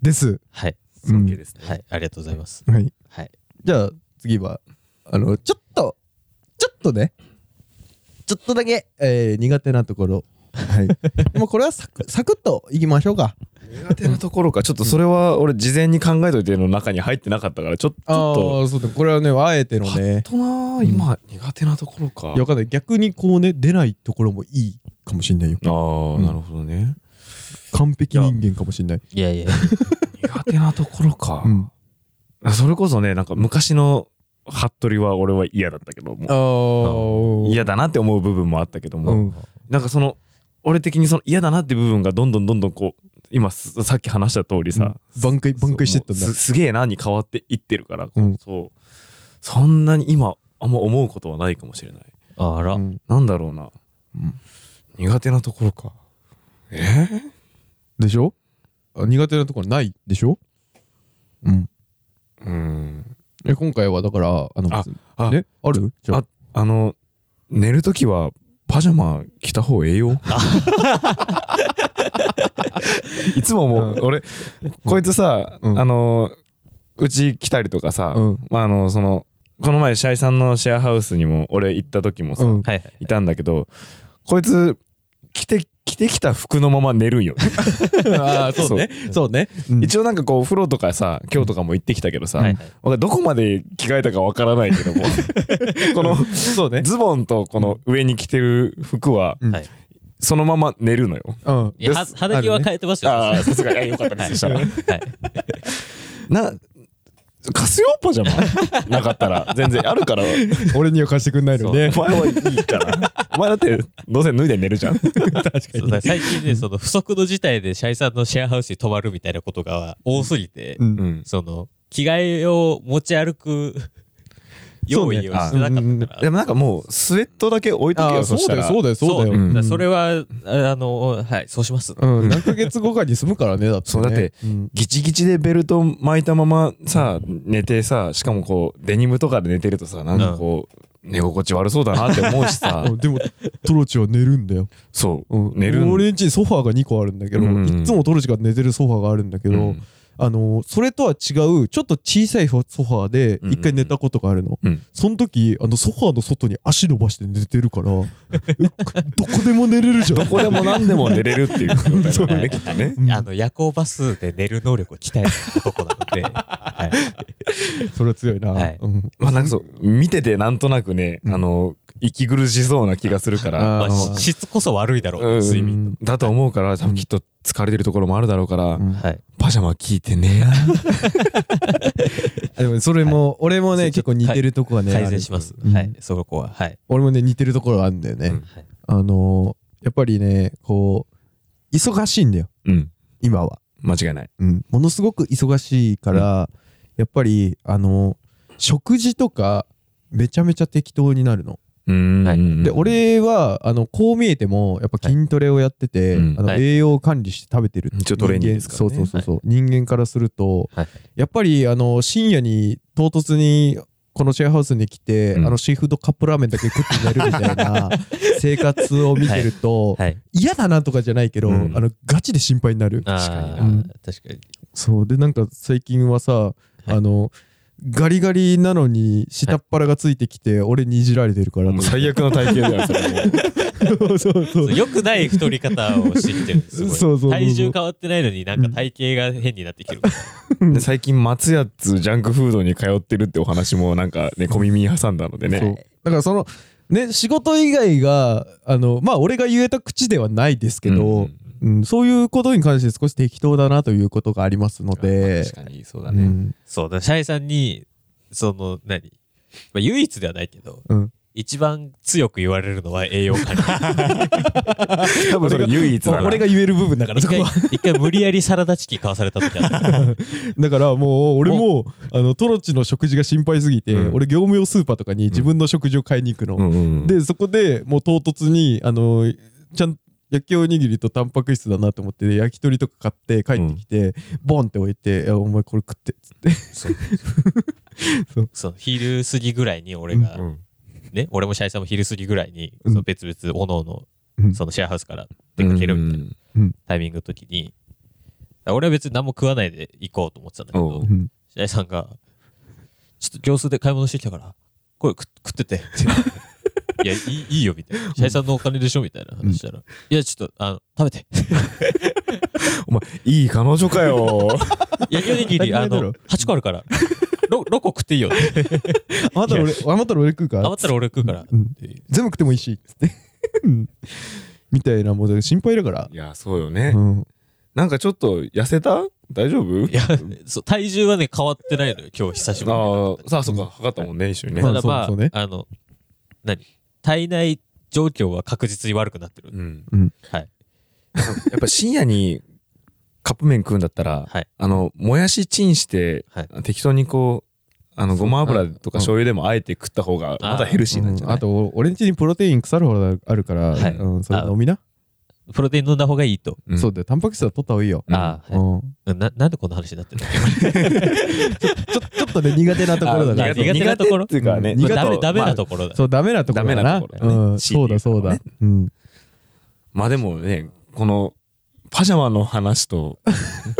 Speaker 2: です
Speaker 1: はい
Speaker 3: 尊敬ですね。
Speaker 1: はい、ありがとうございます。
Speaker 2: はい。
Speaker 1: はい。
Speaker 4: じゃあ次はあのちょっとちょっとねちょっとだけ、えー苦手なところはい もうこれはサクサクッといきましょうか
Speaker 3: 苦手なところか、ちょっとそれは俺事前に考えといての中に入ってなかったから、ちょっと、ち
Speaker 2: あ
Speaker 3: ょ
Speaker 2: あそうだこれはねあえてのね
Speaker 3: っとなあ、今苦手なところか。
Speaker 2: よかった逆にこうね出ないところもいいかもしんないよ
Speaker 3: ああ、
Speaker 2: うん
Speaker 3: なるほどね。
Speaker 2: 完璧人間かもしんない
Speaker 1: いやい や、
Speaker 3: 苦手なところか
Speaker 2: う。ん
Speaker 3: それこそね、なんか昔の服部は俺は嫌だったけども
Speaker 2: あ。あ
Speaker 3: 嫌だなって思う部分もあったけども、
Speaker 2: うん
Speaker 3: なんかその俺的にその嫌だなって部分がどんどんどんどんこう今すさっき話した通りさ、
Speaker 2: 挽回挽回してったんだ
Speaker 3: そうもうすすげえなに変わっていってるから、
Speaker 2: うん
Speaker 3: そうそんなに今あんま思うことはないかもしれない
Speaker 1: あら
Speaker 2: う、ん
Speaker 3: なんだろうな、苦手なところかえー
Speaker 2: でしょあ苦手なところないでしょうん
Speaker 3: うん
Speaker 2: え今回はだからあの
Speaker 3: ああ
Speaker 2: ねあるじゃあ
Speaker 3: あの寝るときはパジャマ着た方がええよ いつももう俺こいつさ、
Speaker 2: うん
Speaker 3: あのうち来たりとかさ、
Speaker 2: うん
Speaker 3: まああのそのこの前シャイさんのシェアハウスにも俺行った時もさ、
Speaker 2: うん
Speaker 1: はいはい。
Speaker 3: いたんだけどこいつ着て着てきた服のまま寝るんよ
Speaker 2: あ ーそうねそうねうん
Speaker 3: 一応なんかこうお風呂とかさ今日とかも行ってきたけどさ、
Speaker 1: はいはい。
Speaker 3: 俺どこまで着替えたかわからないけどもこの
Speaker 2: そうね
Speaker 3: ズボンとこの上に着てる服は
Speaker 2: うん
Speaker 1: はい
Speaker 3: そのまま寝るのよ。
Speaker 2: うん
Speaker 1: いや、
Speaker 3: で
Speaker 1: は
Speaker 3: す
Speaker 1: 肌着は変えてますよ。
Speaker 3: あーさすがいやよかったです
Speaker 1: はい
Speaker 3: そ
Speaker 1: はい。
Speaker 3: なカスよパジャマなかったら全然あるから
Speaker 2: 俺には貸してくんないの
Speaker 3: お
Speaker 2: ね
Speaker 3: 前はいいから お前だってどうせ脱いで寝るじゃん
Speaker 1: そうだ最近ね、その不足の事態でシャイさんのシェアハウスに泊まるみたいなことが多すぎて、
Speaker 2: うん
Speaker 3: ん
Speaker 1: その、着替えを持ち歩く用意をしてなかったから。
Speaker 3: でもなんかもうスウェットだけ置いとけ
Speaker 2: あ
Speaker 3: よ
Speaker 2: ーそ
Speaker 3: そうした
Speaker 2: だよ
Speaker 3: ら
Speaker 2: そうだよそう
Speaker 1: だ
Speaker 2: だよ
Speaker 3: ん
Speaker 1: からそれは、ああの、はい、そうします。
Speaker 2: うん何ヶ月後かに済むからねだってね
Speaker 3: そうだって
Speaker 2: うん
Speaker 3: ギチギチでベルト巻いたままさ寝てさしかもこうデニムとかで寝てるとさなんかこう、寝心地悪そうだなって思うしさ
Speaker 2: うんでもトロチは寝るんだよ
Speaker 3: そう、
Speaker 2: うん
Speaker 3: 寝るん
Speaker 2: 俺んちにソファーが2個あるんだけど、
Speaker 3: うんうん
Speaker 2: いつもトロチが寝てるソファーがあるんだけど、
Speaker 3: うん
Speaker 2: あのーそれとは違うちょっと小さいソファーで
Speaker 3: うんうん
Speaker 2: 一回寝たことがあるの、
Speaker 3: うん
Speaker 2: その時あのソファーの外に足伸ばして寝てるからどこでも寝れるじゃん
Speaker 3: どこでも何でも寝れるっていう状態だねきっとね
Speaker 2: うん
Speaker 1: あの、夜行バスで寝る能力を鍛えた男なの で、はい。
Speaker 2: それは強いな、
Speaker 1: はい
Speaker 2: うん
Speaker 3: まあなんかそう見ててなんとなくね、あの息苦しそうな気がするから
Speaker 1: ま
Speaker 2: あ
Speaker 1: あ、
Speaker 2: ー
Speaker 1: し質こそ悪いだろう、
Speaker 3: うん
Speaker 1: 睡眠。
Speaker 3: だと思うから多分きっと疲れてるところもあるだろうから、
Speaker 2: うん
Speaker 1: はい。
Speaker 3: パジャマ聞いてね
Speaker 2: あでもそれも、俺もね
Speaker 1: そ
Speaker 2: 結
Speaker 1: うちょ
Speaker 2: 構似てるとこがね
Speaker 1: 改
Speaker 2: ある
Speaker 1: 善します。
Speaker 2: うん
Speaker 1: はい。その子は。はい。
Speaker 2: 俺もね似てるところがあるんだよね、
Speaker 3: うん
Speaker 1: はい
Speaker 2: あのーやっぱりねこう忙しいんだよ
Speaker 3: うん
Speaker 2: 今は
Speaker 3: 間違いない
Speaker 2: うん、ものすごく忙しいから、やっぱりあの食事とかめちゃめちゃ適当になるの。
Speaker 3: うーん、
Speaker 1: はい
Speaker 2: で俺はあのこう見えてもやっぱ筋トレをやってて、
Speaker 3: はいうん
Speaker 2: あの
Speaker 1: はい
Speaker 2: 栄養を管理して食べてる人間
Speaker 3: 一応トレーニングですからね
Speaker 2: そうそうそうそう、人間からすると、
Speaker 1: はい
Speaker 2: やっぱりあの深夜に唐突にこのシェアハウスに来て、
Speaker 3: うん
Speaker 2: あのシーフードカップラーメンだけ食って寝るみたいな 生活を見てると、
Speaker 1: はい。
Speaker 2: 嫌だなとかじゃないけど、
Speaker 3: うん
Speaker 2: あのガチで心配になる。
Speaker 1: あ
Speaker 3: かに
Speaker 1: ー
Speaker 2: うん
Speaker 1: 確かに。
Speaker 2: そうでなんか最近はさ、あのガリガリなのに下っ腹がついてきて、俺にいじられてるから
Speaker 3: もう最悪の体型だよそれもう
Speaker 2: そうそうそ
Speaker 1: そ
Speaker 2: う
Speaker 1: う良くない太り方を知ってるんですごい
Speaker 2: そうそうそう
Speaker 1: 体重変わってないのになんか体型が変になってきてる。
Speaker 3: で最近松屋っつうジャンクフードに通ってるってお話もなんかね小耳に挟んだのでね
Speaker 2: そうだからそのね仕事以外があのまあ俺が言えた口ではないですけど、うんそういうことに関して少し適当だなということがありますので
Speaker 3: 確かにそうだ
Speaker 2: う
Speaker 3: ね、
Speaker 2: ん
Speaker 1: そうだ、シャイさんに、その、何まあ、唯一ではないけど、
Speaker 2: うん
Speaker 1: 一番強く言われるのは栄養管理。
Speaker 3: 多分それ唯一だな
Speaker 2: 俺が言える部分だから
Speaker 1: 一
Speaker 2: そこ
Speaker 1: 回
Speaker 2: は、
Speaker 1: 一回無理やりサラダチキン買わされた時あ った。
Speaker 2: だからもう俺もあのトロチの食事が心配すぎて、
Speaker 3: うん
Speaker 2: 俺業務用スーパーとかに自分の食事を買いに行くの、
Speaker 3: うんうん
Speaker 2: でそこでもう唐突にあのちゃん焼きおにぎりとタンパク質だなと思って、焼き鳥とか買って帰ってきて、ボンって置いて「いやお前これ食って」っつって
Speaker 1: そう。そう昼過ぎぐらいに俺が、
Speaker 3: うん
Speaker 1: ね、俺もシャイさんも昼過ぎぐらいに、
Speaker 2: うん
Speaker 1: その別々、おのおの
Speaker 2: う、ん
Speaker 1: そのシェアハウスから出かけるみたいな
Speaker 3: うん
Speaker 1: タイミングの時に、ら俺は別に何も食わないで行こうと思ってたんだけ
Speaker 3: お
Speaker 1: ど
Speaker 3: う、
Speaker 2: うん
Speaker 1: 白井さんが、ちょっと行数で買い物してきたから、これ食食ってて。いやいい、いいよ、みたいな。白井さんのお金でしょ、みたいな話したら。いや、ちょっと、あの、食べて。
Speaker 3: お前、いい彼女かよ。
Speaker 1: 焼きおにぎり、
Speaker 2: 当た
Speaker 1: あ
Speaker 2: り前だろ
Speaker 1: の、8個あるから。6, 個食っていいよって。
Speaker 2: 余ったら俺、余ったら俺食うから。
Speaker 1: 余ったら俺食うから。
Speaker 2: うん
Speaker 1: っていう
Speaker 2: 全部食ってもいいし。つ ってうんみたいな、もうだから心配だから。
Speaker 3: いや、そうよね
Speaker 2: う。ん。
Speaker 3: なんかちょっと痩せた大丈夫
Speaker 1: いや、そう、体重はね、変わってないのよ、今日久しぶりに。
Speaker 3: ああ、さあ、そうか、測ったもんね、一緒にね
Speaker 1: た。だ
Speaker 2: そう
Speaker 1: まあ、
Speaker 2: そうね
Speaker 1: あの、何体内状況は確実に悪くなってる。
Speaker 3: うん。
Speaker 1: はい。
Speaker 3: やっぱ深夜にカップ麺食うんだったら、
Speaker 1: はい
Speaker 3: あの、もやしチンして、
Speaker 1: はい
Speaker 3: 適当にこう、あの、ごま油とか醤油でもあえて食った方が、まだヘルシーなんじゃない、
Speaker 2: あと、俺んちにプロテイン腐るほどあるから、
Speaker 1: はい
Speaker 2: うんそれ飲みな。
Speaker 1: プロテイン飲んだ方がいいと。
Speaker 3: うん
Speaker 2: そうだよ、タンパク質は取った方がいいよ。
Speaker 3: うん
Speaker 1: ああ、
Speaker 2: う
Speaker 1: は
Speaker 2: ん
Speaker 1: いな、なんでこんな話になってるの
Speaker 2: ちょっとね、苦手 なところだ
Speaker 1: あ
Speaker 2: ね
Speaker 1: 苦。手なところ
Speaker 3: 苦手っていうかね、
Speaker 2: うん苦手
Speaker 1: ダメ、ダメな
Speaker 3: と。
Speaker 1: ところだ。
Speaker 2: そう、ダメなところだ
Speaker 3: ダメな
Speaker 2: な
Speaker 3: ところだね
Speaker 2: うんそうだ、そうだ。うん。
Speaker 3: まあでもね、この、パジャマの話 と、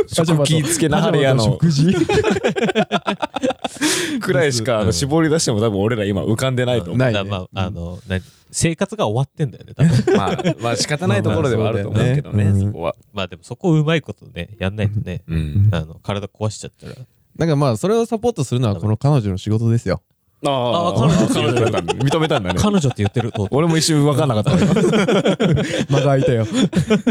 Speaker 3: 食器つけなはれやの
Speaker 2: 食事
Speaker 3: くらいしか、あ
Speaker 1: う
Speaker 3: の、
Speaker 1: ん
Speaker 3: 絞り出しても多分俺ら今浮かんでないと思う。
Speaker 1: だ
Speaker 2: ない
Speaker 1: か
Speaker 2: ね
Speaker 1: らまあ、あの、何生活が終わってんだよね、多 分
Speaker 3: まあ、まあ仕方ないところではあると思うけどね、
Speaker 2: まあまあそうだよね
Speaker 3: そこは。
Speaker 1: まあでもそこをうまいことね、やんないとね、
Speaker 3: うん。
Speaker 1: あの、体壊しちゃったら。
Speaker 2: なんかまあ、それをサポートするのはこの彼女の仕事ですよ。
Speaker 3: ああ
Speaker 1: あ彼
Speaker 3: 彼
Speaker 1: 女
Speaker 3: 女だったんだ 認めたんだね。
Speaker 1: 彼女って言って ると。
Speaker 3: 俺も一瞬分かんなか った。
Speaker 2: 間が空いたよ。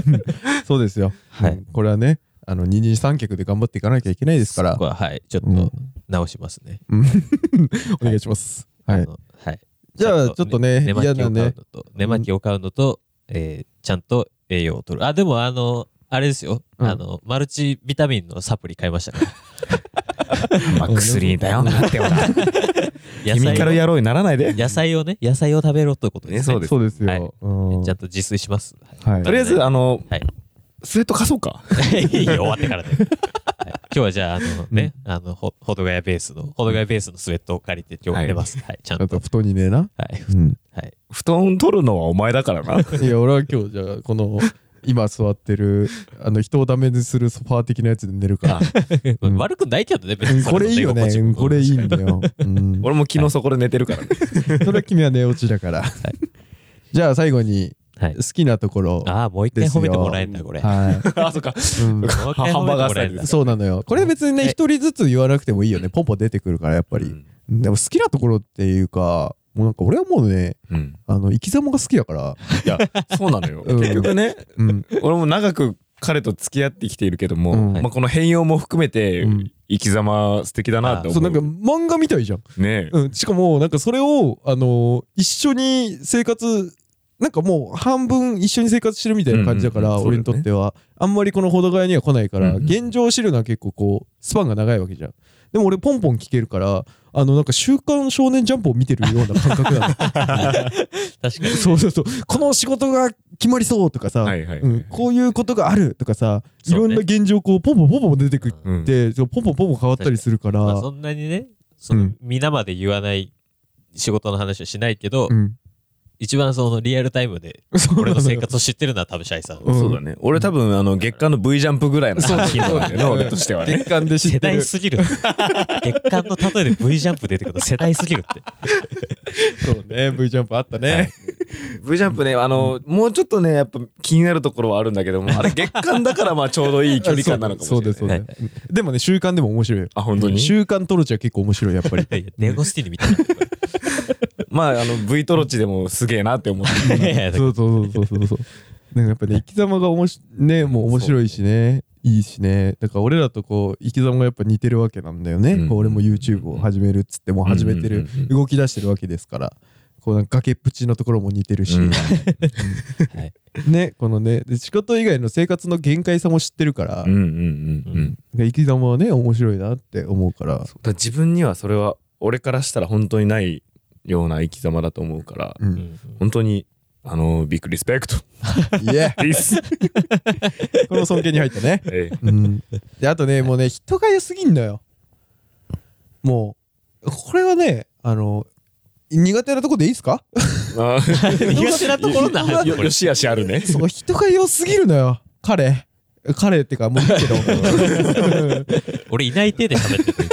Speaker 2: そうですよ。
Speaker 1: はい
Speaker 2: うんこれはね、あの、二人三脚で頑張っていかなきゃいけないですから
Speaker 1: そこ、は、はい、ちょっ
Speaker 2: う
Speaker 1: と
Speaker 2: ん
Speaker 1: 直しますね。
Speaker 2: お願いします。はい
Speaker 1: あ。のはい。
Speaker 2: じゃあ、ちょっとね、
Speaker 1: 寝巻
Speaker 2: 嫌
Speaker 1: き
Speaker 2: な
Speaker 1: を買う
Speaker 2: ね。
Speaker 1: のと、寝巻きを買うのと、えーちゃんと栄養を取る。あ、でもあの、あれですよ。
Speaker 2: うん
Speaker 1: あの、マルチビタミンのサプリ買いましたから。
Speaker 3: マックスリー だよなっては。
Speaker 1: 野
Speaker 3: 君から
Speaker 1: 菜を
Speaker 3: 野郎にならないで。
Speaker 1: 野菜をね、野菜を食べろということですね。
Speaker 3: そうです
Speaker 2: そうです
Speaker 1: はい
Speaker 2: よ。うん
Speaker 1: ちゃんと自炊します。
Speaker 2: はい
Speaker 3: とりあえず、あの、
Speaker 1: はい
Speaker 3: スウェット貸そうか。
Speaker 1: いいよ、終わって からで。はい今日はじゃあ、あのね、あの、ほほどがやベースの、ほどがやベースのスウェットを借りて今日寝ます。はい、ちゃ
Speaker 2: ちょ
Speaker 1: ん
Speaker 2: っ
Speaker 1: と。
Speaker 2: と布団にねえな。
Speaker 1: はい。
Speaker 2: うん。
Speaker 1: はい。
Speaker 3: 布団取るのはお前だか らな。
Speaker 2: いや、俺は今日、じゃあ、この、今座ってる、あの、人をダメにするソファー的なやつで寝 るから。うん
Speaker 1: 悪くないけどね、別
Speaker 2: うん
Speaker 1: に。
Speaker 2: これいいよね。うんこれいいんだよ。 うん
Speaker 3: 俺も昨日そこで寝てるからね。
Speaker 2: それは君は寝落ちだから。じゃあ、最後に、
Speaker 1: はい
Speaker 2: 好きなところ。
Speaker 1: ああ、もう一回
Speaker 2: です
Speaker 1: 褒め
Speaker 2: よ
Speaker 1: てもらえんだ、これ。もう
Speaker 2: は
Speaker 3: あ、そっか。
Speaker 2: い。うん
Speaker 1: 一回褒めてもらえんだ。
Speaker 2: そうなのよ。これ別にね、
Speaker 1: え
Speaker 2: 一人ずつ言わなくてもいいよね。ポンポン出てくるから、やっぱり。でも好きなところっていうか、もうなんか俺はもうね、
Speaker 3: うん。
Speaker 2: あの、生き様が好きだから。
Speaker 3: いや、そうなのよ。
Speaker 2: うん
Speaker 3: 結局ね、
Speaker 2: うん。
Speaker 3: 俺も長く彼と付き合ってきているけども、
Speaker 2: うん
Speaker 3: まあこの変容も含めて、
Speaker 2: うん
Speaker 3: 生き様素敵だなって思。
Speaker 2: そうう、なんか漫画みたいじゃん。
Speaker 3: ね
Speaker 2: うん。しかも、なんかそれを、あの一緒に生活、なんかもう半分一緒に生活してるみたいな感じだから、
Speaker 3: うんうんうん
Speaker 2: 俺にとっては、あんまりこのほどがやには来ないから、
Speaker 3: うんうん
Speaker 2: 現状を知るのは結構こう、スパンが長いわけじゃん。でも俺ポンポン聞けるから、あの、なんか週刊少年ジャンプを見てるような感覚なの。
Speaker 1: 確かに。
Speaker 2: そうそうそう。この仕事が決まりそうとかさ、
Speaker 3: はいはいはい
Speaker 2: うんこういうことがあるとかさ、い
Speaker 1: そう
Speaker 2: ろ
Speaker 1: ね
Speaker 2: んな現状こうポンポンポンポン出てくっ
Speaker 3: うん
Speaker 2: て、そうポンポンポンポン変わったりするから、
Speaker 1: まあそんなにね、そうの
Speaker 2: ん、
Speaker 1: 皆まで言わない仕事の話はしないけど
Speaker 2: う、ん。
Speaker 1: 一番そのリアルタイムで、
Speaker 2: そう
Speaker 1: 俺
Speaker 2: な
Speaker 1: の
Speaker 2: の
Speaker 1: 生
Speaker 2: よ
Speaker 1: 活を知ってるのは多分シャイ さん。
Speaker 2: うん
Speaker 3: そうだね。俺多分、あの、月間の V ジャンプぐらいの作品なんだよね、俺としてはね。
Speaker 2: 月間で知
Speaker 1: 世
Speaker 2: って
Speaker 1: 代
Speaker 2: る。
Speaker 1: す ぎる。月間の例えで V ジャンプ出てくると世代すぎるって。
Speaker 2: そうね、V ジャンプあったね。
Speaker 3: V ジャンプね、あの、もうちょっとね、やっぱ気になるところはあるんだけ ども、あれ月間だからまあちょうどいい距離感なのかもしれ
Speaker 2: そう
Speaker 3: な
Speaker 2: で
Speaker 3: い。
Speaker 2: す、そうです。でもね、週刊でも面白いよ。
Speaker 3: あ本当に
Speaker 2: 週刊トロチは結構面白い、やっぱり。
Speaker 1: いやい やネゴスティーニみたいな。
Speaker 3: まあ、あの、V トロッチでもすげえなって思って。
Speaker 1: いやいやだから
Speaker 2: そうそうそうそうそうそう。なんかやっぱね、生き様がおもし、ね、もう面白いしね、いいしね。だから俺らとこう、生き様がやっぱ似てるわけなんだよね。
Speaker 3: うん
Speaker 2: こう俺も YouTube を始めるっつって、もう始めて
Speaker 3: うん
Speaker 2: る
Speaker 3: うんうん、
Speaker 2: 動き出してるわけですから。こうなんか崖っぷちのところも似てるし、
Speaker 3: うん
Speaker 1: はい
Speaker 2: ね、このね、で仕事以外の生活の限界さも知ってるから、
Speaker 3: うんうんうんうん。
Speaker 2: 生き様はね、面白いなって思うから。
Speaker 3: だから自分にはそれは、俺からしたら本当にないような生き様だと思うから、
Speaker 2: う。
Speaker 1: うんん
Speaker 3: 本当に、あの、ビッグリスペクト。
Speaker 2: い え、
Speaker 3: リス。
Speaker 2: この尊敬に入ったね。
Speaker 3: ええ
Speaker 2: うん。で、あとね、もうね、人が良すぎんのよ。もう、これはね、あの、苦手なとこでいいです か
Speaker 3: あー
Speaker 1: 苦手なところの話
Speaker 3: よ
Speaker 1: これ
Speaker 3: よしあしあるね。
Speaker 2: そう、人が良すぎるのよ、彼。彼っていうかもういいけ ど
Speaker 1: 俺いない手で喋ってる。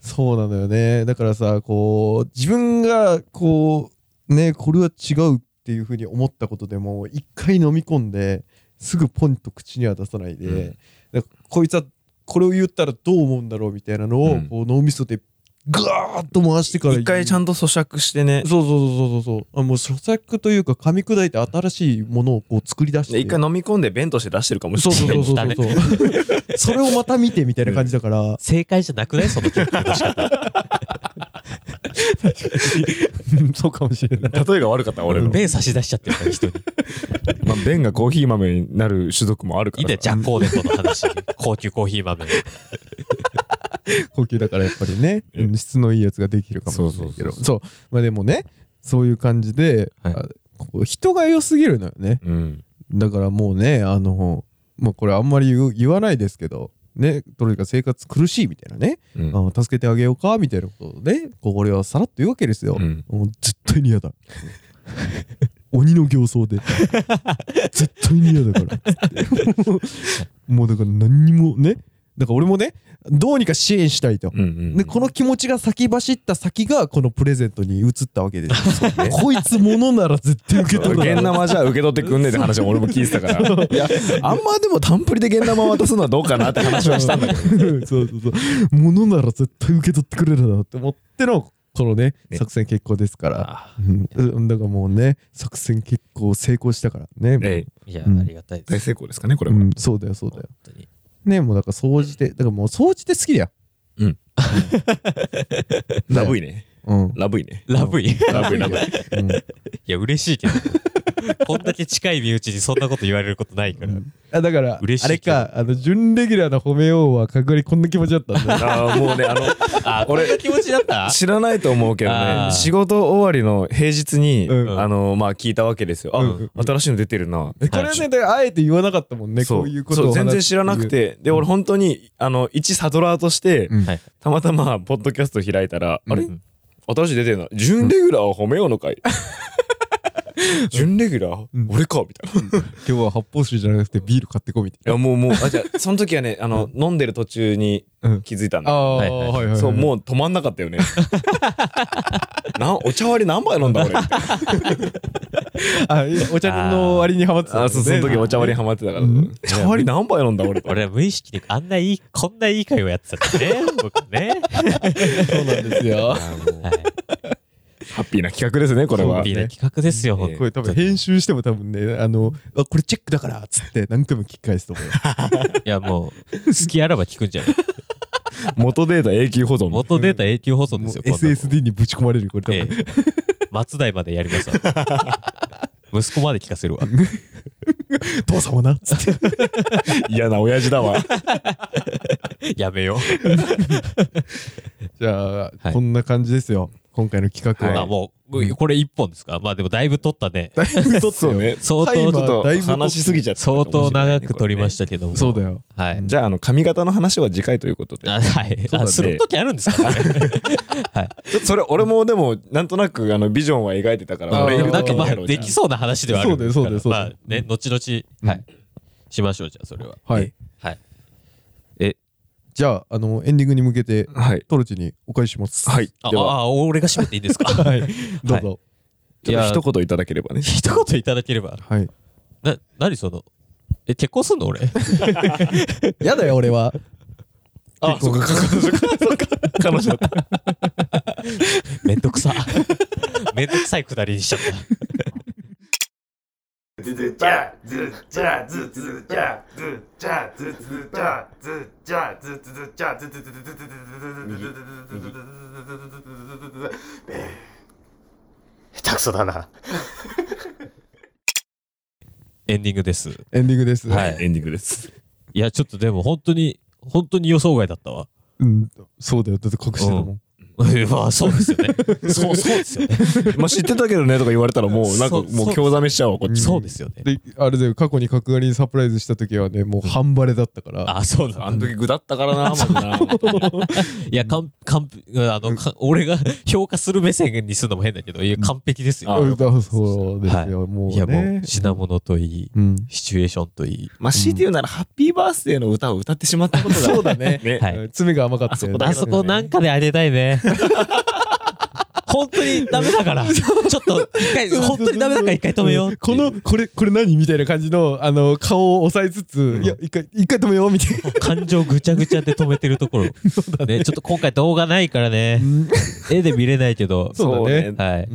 Speaker 2: そうなのよねだからさこう自分がこうねこれは違うっていうふうに思ったことでも一回飲み込んですぐポンと口には出さないで、
Speaker 3: うん
Speaker 2: なんかこいつはこれを言ったらどう思うんだろうみたいなのを、
Speaker 3: うん
Speaker 2: こう脳みそでガーッと回してから
Speaker 3: 一回ちゃんと咀嚼してね
Speaker 2: そうそうそうそうそうあもう咀嚼というか噛み砕いて新しいものをこう作り出して
Speaker 3: 一回飲み込んで弁として出してるかもし
Speaker 2: そうそう
Speaker 3: れな
Speaker 2: そうそ
Speaker 3: い
Speaker 2: うそう それをまた見てみたいな感じだから、
Speaker 1: 正解じゃなくないその曲の出し方。
Speaker 2: そうかもしれない
Speaker 3: 例えが悪かった俺の
Speaker 1: 目差し出しちゃってるから人に。
Speaker 3: まあ弁がコーヒー豆になる種族もあるか
Speaker 1: いい
Speaker 3: ら
Speaker 1: ね、ジャッコーネットの話。高級コーヒー豆。
Speaker 2: 高級だからやっぱり ね、うん質のいいやつができるかもしれないけど
Speaker 3: そう
Speaker 2: そうまあでもねそういう感じで、
Speaker 1: はい
Speaker 2: あこう人が良すぎるのよね
Speaker 3: うん
Speaker 2: だからもうねあのまあこれあんまり言う言わないですけどねとにかく生活苦しいみたいなね、
Speaker 3: うん
Speaker 2: あ助けてあげようかみたいなことをねこう俺はさらっと言うわけですよ、
Speaker 3: うん
Speaker 2: もう絶対に嫌 だ鬼の形相で絶対に嫌だから もうだから何にもねだから俺もねどうにか支援したいと、
Speaker 3: うんうん
Speaker 2: でこの気持ちが先走った先がこのプレゼントに移ったわけですよ、 こいつものなら絶対受け取
Speaker 3: ゲ
Speaker 2: る
Speaker 3: ン
Speaker 2: な
Speaker 3: 生じゃ受け取ってくんねえって話も俺も聞いてたから。 いや、あんまでもタンプリでゲン生渡すのはどうかなって話はしたんだけど。
Speaker 2: そうそうそうものなら絶対受け取ってくれるなって思ってのこのね
Speaker 3: ね
Speaker 2: 作戦決行ですから、うんうん、だからもうね作戦決行成功したからね、
Speaker 3: ええ、
Speaker 1: いや、
Speaker 2: うん
Speaker 1: ありがたいで
Speaker 3: 大
Speaker 1: す。
Speaker 3: 成功ですかね、これ
Speaker 2: う
Speaker 3: は。
Speaker 2: ん、そうだよそうだよ
Speaker 1: 本当に。
Speaker 2: ねもうだから掃除でだからもう掃除で好きだよ
Speaker 3: ラブイね。
Speaker 2: うん
Speaker 3: ラブイね。
Speaker 1: ラブイ。い
Speaker 3: ラブイラブイ。
Speaker 2: うん
Speaker 1: や、嬉しいけど。こんだけ近い身内にそんなこと言われることないから。
Speaker 2: あだから
Speaker 1: 嬉しい
Speaker 2: あれかあの準レギュラーの褒めようはかぐりこんな気持ちだったんだよ
Speaker 3: ああ、もうね、あの、
Speaker 1: あ、こ
Speaker 3: 俺
Speaker 1: んな気持ちだった
Speaker 3: 知らないと思うけど
Speaker 1: あ
Speaker 3: ね
Speaker 1: ー
Speaker 3: 仕事終わりの平日に、
Speaker 2: うん
Speaker 3: あのまあ聞いたわけですよ、
Speaker 2: うん
Speaker 3: あ新しいの出てるな、
Speaker 2: これはねだからあえて言わなかったもんねこういうこと
Speaker 3: そ
Speaker 2: を話す
Speaker 3: 全然知らなくてで俺本当にあの一サドラーとして、
Speaker 2: うん
Speaker 1: はい
Speaker 3: たまたまポッドキャスト開いたら、あれ
Speaker 1: うん
Speaker 3: 新しい出てるな準レギュラーを褒めようの かい準レギュラー、
Speaker 2: うん
Speaker 3: 俺かみたいな。
Speaker 2: 今日は発泡酒じゃなくてビール買ってこいみたい
Speaker 3: いやもうもうあじゃあ その時はねあの、飲んでる途中に
Speaker 2: うん
Speaker 3: 気づいたん
Speaker 2: な
Speaker 3: だ、
Speaker 2: あー
Speaker 1: はいはい
Speaker 2: はいはい
Speaker 3: そうもう止まんなかったよ ね。なお茶割り何杯飲んだ俺。
Speaker 2: あお茶の割にハマってたもん
Speaker 3: あ
Speaker 2: ね
Speaker 3: そうその時お茶割りハマってたから、
Speaker 2: うん
Speaker 3: 茶割り何杯飲んだ俺
Speaker 1: 俺は無意識であんないい、こんないい会をやってたんだね。僕ね。
Speaker 2: そうなんですよ
Speaker 1: はい。
Speaker 3: ハッピーな企画ですねこれ
Speaker 1: コ
Speaker 3: は
Speaker 1: ンビな企画ですよ、
Speaker 3: ね
Speaker 2: これ多分編集しても多分ねあのあこれチェックだからっつって何回も聞き返すと思うよ
Speaker 1: いや、もう、好きあらば聞くんじゃない
Speaker 3: 元データ永久保存
Speaker 1: 元データ永久保存で
Speaker 2: もう
Speaker 1: すよ、こんなもん
Speaker 2: SSD にぶち込まれるこれ多分
Speaker 1: ええ。松代までやりますわ。 息子まで聞かせるわ。
Speaker 2: 父さんもなっつって
Speaker 3: 嫌な親父だ わ
Speaker 1: やめよう。
Speaker 2: じゃあ、
Speaker 1: はい
Speaker 2: こんな感じですよ今回の企画
Speaker 1: ま
Speaker 2: は、
Speaker 1: あもう、これ一本ですかまあでもだいぶ取ったね。
Speaker 2: だいぶ撮った
Speaker 3: そう
Speaker 2: よ
Speaker 3: ね
Speaker 1: 相
Speaker 2: タイマ
Speaker 1: 当
Speaker 2: ー、だいぶ
Speaker 3: 話しすぎちゃった
Speaker 1: 相当長く取りましたけども。
Speaker 2: そうだよ
Speaker 1: はい。
Speaker 3: じゃああの髪型の話は次回ということで
Speaker 1: あはい。
Speaker 3: だ
Speaker 1: あ
Speaker 3: ね
Speaker 1: すると きあるんですかはい。
Speaker 3: ちょそれ俺もでもなんとなくあのビジョンは描いてたか
Speaker 2: あ
Speaker 3: ら
Speaker 2: ー
Speaker 3: 俺
Speaker 2: や
Speaker 1: なんかま
Speaker 3: や
Speaker 1: あ、
Speaker 3: ろう
Speaker 1: できそうな話ではあるんです
Speaker 2: そう
Speaker 1: か
Speaker 2: だよ
Speaker 1: ら。
Speaker 2: そうだ
Speaker 1: ま
Speaker 2: よそうだ
Speaker 1: あ
Speaker 2: よ
Speaker 1: ね、後々、はい。しましょう、じゃあ、それは。
Speaker 2: はい
Speaker 1: はい。
Speaker 2: じゃああのエンディングに向けて
Speaker 3: じゃあはい
Speaker 2: トルチにお返しします
Speaker 3: はい
Speaker 1: あ、
Speaker 3: では
Speaker 1: あ、俺が締めていいん ですか
Speaker 2: はいどうぞ
Speaker 3: ちょっ
Speaker 1: いや
Speaker 3: と一言いただければね
Speaker 1: 一言いただければ。
Speaker 2: はい
Speaker 1: な、何その、え、結婚すんの俺。
Speaker 2: やだよ俺は
Speaker 3: あそうか彼女だった
Speaker 1: めんどくさ。 めんどくさいくだりにしちゃった。
Speaker 5: ずずちゃずちゃずずちゃずちゃずずちゃずちゃずずちゃずずずずずずずずずず下手くそだな。
Speaker 1: エンディングです。
Speaker 2: エンディングです、
Speaker 1: はい
Speaker 3: エンディングです
Speaker 1: いや、ちょっとでも本当に、本当に予想外だったわ。
Speaker 2: うん、そうだよだって隠してたもん、
Speaker 1: うまあそうですよね。 そうそうです よね。
Speaker 3: まあ知ってたけどねとか言われたらもうなんか
Speaker 1: そう
Speaker 3: もう興ざめしちゃうわこっち
Speaker 1: そうですよね。
Speaker 2: であれだよ過去に角刈りにサプライズした時はねもう半バレだったから
Speaker 1: あ、そうだ
Speaker 3: あ。の時ぐだったからなまあ
Speaker 1: いや、かん、かん、あの、か俺が 評価する目線にするのも変だけど、いや、完璧です
Speaker 3: あ
Speaker 1: よ。
Speaker 2: うんだそうですよ、もうね
Speaker 1: いや、もう、品物といい、
Speaker 2: うん、
Speaker 1: シチュエーションといい。
Speaker 3: まあ強いて言うならハッピーバースデーの歌を歌ってしまったことがそうだ ね
Speaker 1: はい
Speaker 2: 爪が甘かったよね
Speaker 1: あそこなんかで当てたい ね。本当にダメだから。ちょっと、一回、本当にダメだから一回止めよう。
Speaker 2: こ、 のこれこれ何みたいな感じのあの顔を抑えつつ、いや一回一回止めようみたいな
Speaker 1: 感情ぐちゃぐちゃで止めてると ころ。ね、ちょっと今回動画ないからね。絵で見れないけど。
Speaker 2: そうだね
Speaker 1: はい。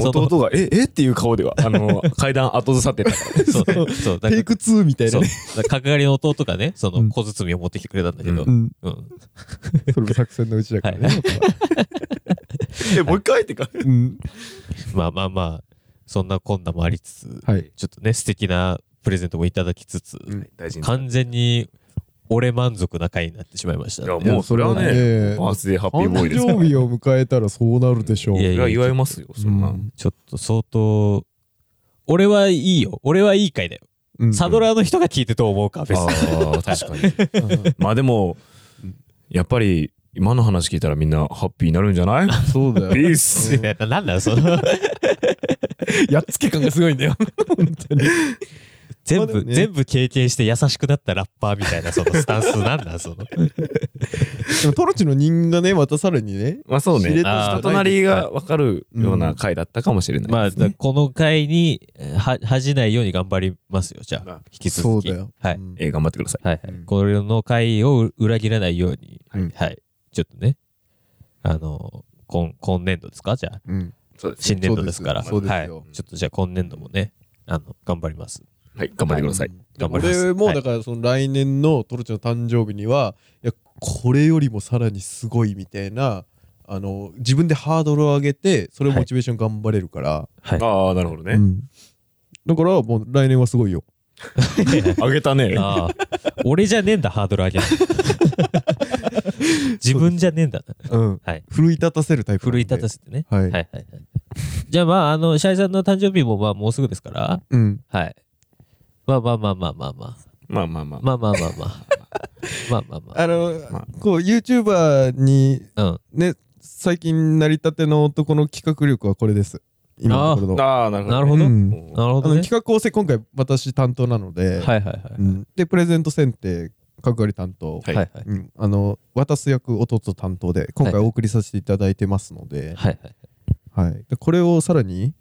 Speaker 1: その
Speaker 3: 弟が「ええっ?」ていう顔ではあの階段後ずさってたから
Speaker 1: そうね。そう。だか
Speaker 2: テ
Speaker 1: ら
Speaker 2: イク2みたい
Speaker 1: そ
Speaker 2: な
Speaker 1: う
Speaker 2: ね。
Speaker 1: だから角刈りの弟がね、そうの
Speaker 2: ん
Speaker 1: 小包を持ってきてくれたんだけど
Speaker 3: う。
Speaker 2: うん、
Speaker 1: うん
Speaker 2: それも作戦のうちだからね、
Speaker 1: は
Speaker 3: 「えもう一回」ってか
Speaker 2: うん
Speaker 1: まあまあまあ、そんなこんなもありつつ、
Speaker 2: はい
Speaker 1: ちょっとね、素敵なプレゼントもいただきつつ、
Speaker 3: 大事
Speaker 1: 完全に俺満足な回になってしまいました
Speaker 3: い
Speaker 1: ね、
Speaker 3: やもうそれは
Speaker 2: ね
Speaker 3: ね
Speaker 2: え
Speaker 3: バースデーハッピーボーイ
Speaker 2: 誕
Speaker 3: ですから
Speaker 2: 生日を迎えたらそうなるでしょう
Speaker 1: いや
Speaker 3: いや祝いますよそんな
Speaker 2: うん
Speaker 1: ちょっと相当、俺はいいよ。俺はいい回だよ。
Speaker 2: うん
Speaker 1: サドラーの人が聞いてどう思うか、別に。
Speaker 3: ああ確かに まあでもやっぱり今の話聞いたらみんなハッピーになるんじゃない
Speaker 2: そうだよ
Speaker 3: ース
Speaker 1: いやななんだよその
Speaker 2: やっつけ感がすごいんだよ本当に
Speaker 1: 全
Speaker 2: まあで
Speaker 1: 部、
Speaker 2: もね
Speaker 1: 全部経験して優しくなったラッパーみたいなそのスタンスなんだその
Speaker 2: でもトロチの人がねまたさらにね
Speaker 3: まあそうね
Speaker 2: しれっとした
Speaker 3: 人となりが分かるような回だったかもしれない
Speaker 1: まあだこの回にえーは恥じないように頑張りますよじゃあ引き
Speaker 2: そ
Speaker 1: 続
Speaker 2: う
Speaker 1: き
Speaker 2: だよ、
Speaker 1: はい
Speaker 2: うん
Speaker 3: えー頑張ってください
Speaker 1: はいはい、これの回を裏切らないように、
Speaker 2: はい
Speaker 1: はい、ちょっとねあの今今年度ですかじゃあ
Speaker 2: うん
Speaker 3: そうです
Speaker 1: 新年度ですから
Speaker 2: そうです
Speaker 1: はい、ち
Speaker 2: そう
Speaker 1: ょ
Speaker 2: ですよ
Speaker 1: っとじゃあ今年度もねあの頑張ります
Speaker 3: はい頑張ってください
Speaker 1: 頑張ります
Speaker 2: 俺も
Speaker 1: はい
Speaker 2: だからその来年のトロチの誕生日にはいやこれよりもさらにすごいみたいなあの自分でハードルを上げてそれをモチベーション頑張れるから、
Speaker 3: ああなるほ
Speaker 2: う
Speaker 3: どね
Speaker 2: んだからもう来年はすごいよ
Speaker 3: あげたね
Speaker 1: ああ俺じゃねえんだハードル上げる 自分じゃねえんだな
Speaker 2: うん
Speaker 1: はい
Speaker 2: 奮い立たせるタイプ
Speaker 1: 奮い立た
Speaker 2: せ
Speaker 1: せてね
Speaker 2: はい、
Speaker 1: はいはいはいじゃあまああのシャイさんの誕生日もまあもうすぐですから
Speaker 2: うん
Speaker 1: はいまあまあまあまあまあまあ
Speaker 3: まあまあまあ
Speaker 1: まあまあまあまあまあまあまあ
Speaker 2: あの、
Speaker 3: ま
Speaker 2: こう YouTuber に
Speaker 1: うん
Speaker 2: ね最近成り立ての男の企画力はこれです今のところ
Speaker 3: ああなる
Speaker 1: なるほど、
Speaker 2: うん
Speaker 1: なるほ
Speaker 2: あ
Speaker 1: ど
Speaker 2: の
Speaker 1: ね
Speaker 2: 企画構成今回私担当なので、
Speaker 1: はいはいはい、
Speaker 2: うんでプレゼント選定角刈り担当、
Speaker 3: はい
Speaker 1: はいはい
Speaker 2: うん、あの渡す役弟担当で今回
Speaker 1: はい
Speaker 2: お送りさせていただいてますので,、
Speaker 1: はいはい
Speaker 2: はいでこれをさらに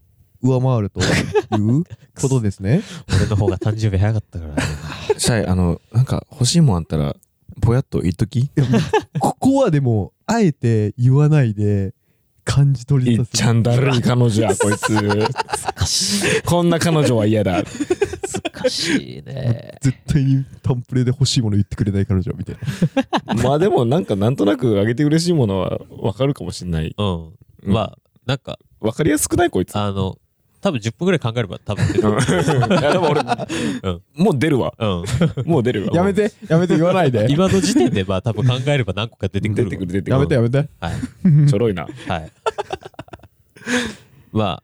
Speaker 2: 上回るということですね
Speaker 1: 俺の方が誕生日早かったからね
Speaker 3: シャイあのなんか欲しいもんあったらぼやっと言っとき
Speaker 2: ここはでもあえて言わないで感じ取りさせて
Speaker 3: んだるい彼女やこいつ
Speaker 1: 難しい
Speaker 3: こんな彼女は嫌だ
Speaker 1: 難しいね
Speaker 2: 絶対にタンプレで欲しいもの言ってくれない彼女みたいな
Speaker 3: まあでもなんかなんとなくあげて嬉しいものは分かるかもしれない
Speaker 1: うんまあなんか
Speaker 3: 分かりやすくない こいつ
Speaker 1: あの多分10分ぐらい考えれば多分出てくる
Speaker 3: いやでも俺、
Speaker 1: うん
Speaker 3: もう出るわ
Speaker 1: うん
Speaker 3: もう出るわ
Speaker 2: やめてやめて言わな いで
Speaker 1: 今の時点でまあ多分考えれば何個か出て
Speaker 3: も
Speaker 1: く
Speaker 3: う
Speaker 1: る
Speaker 3: 出てくる出てくる
Speaker 2: やめてやめて
Speaker 1: はい
Speaker 3: ちょろいな
Speaker 1: はい。 まあ、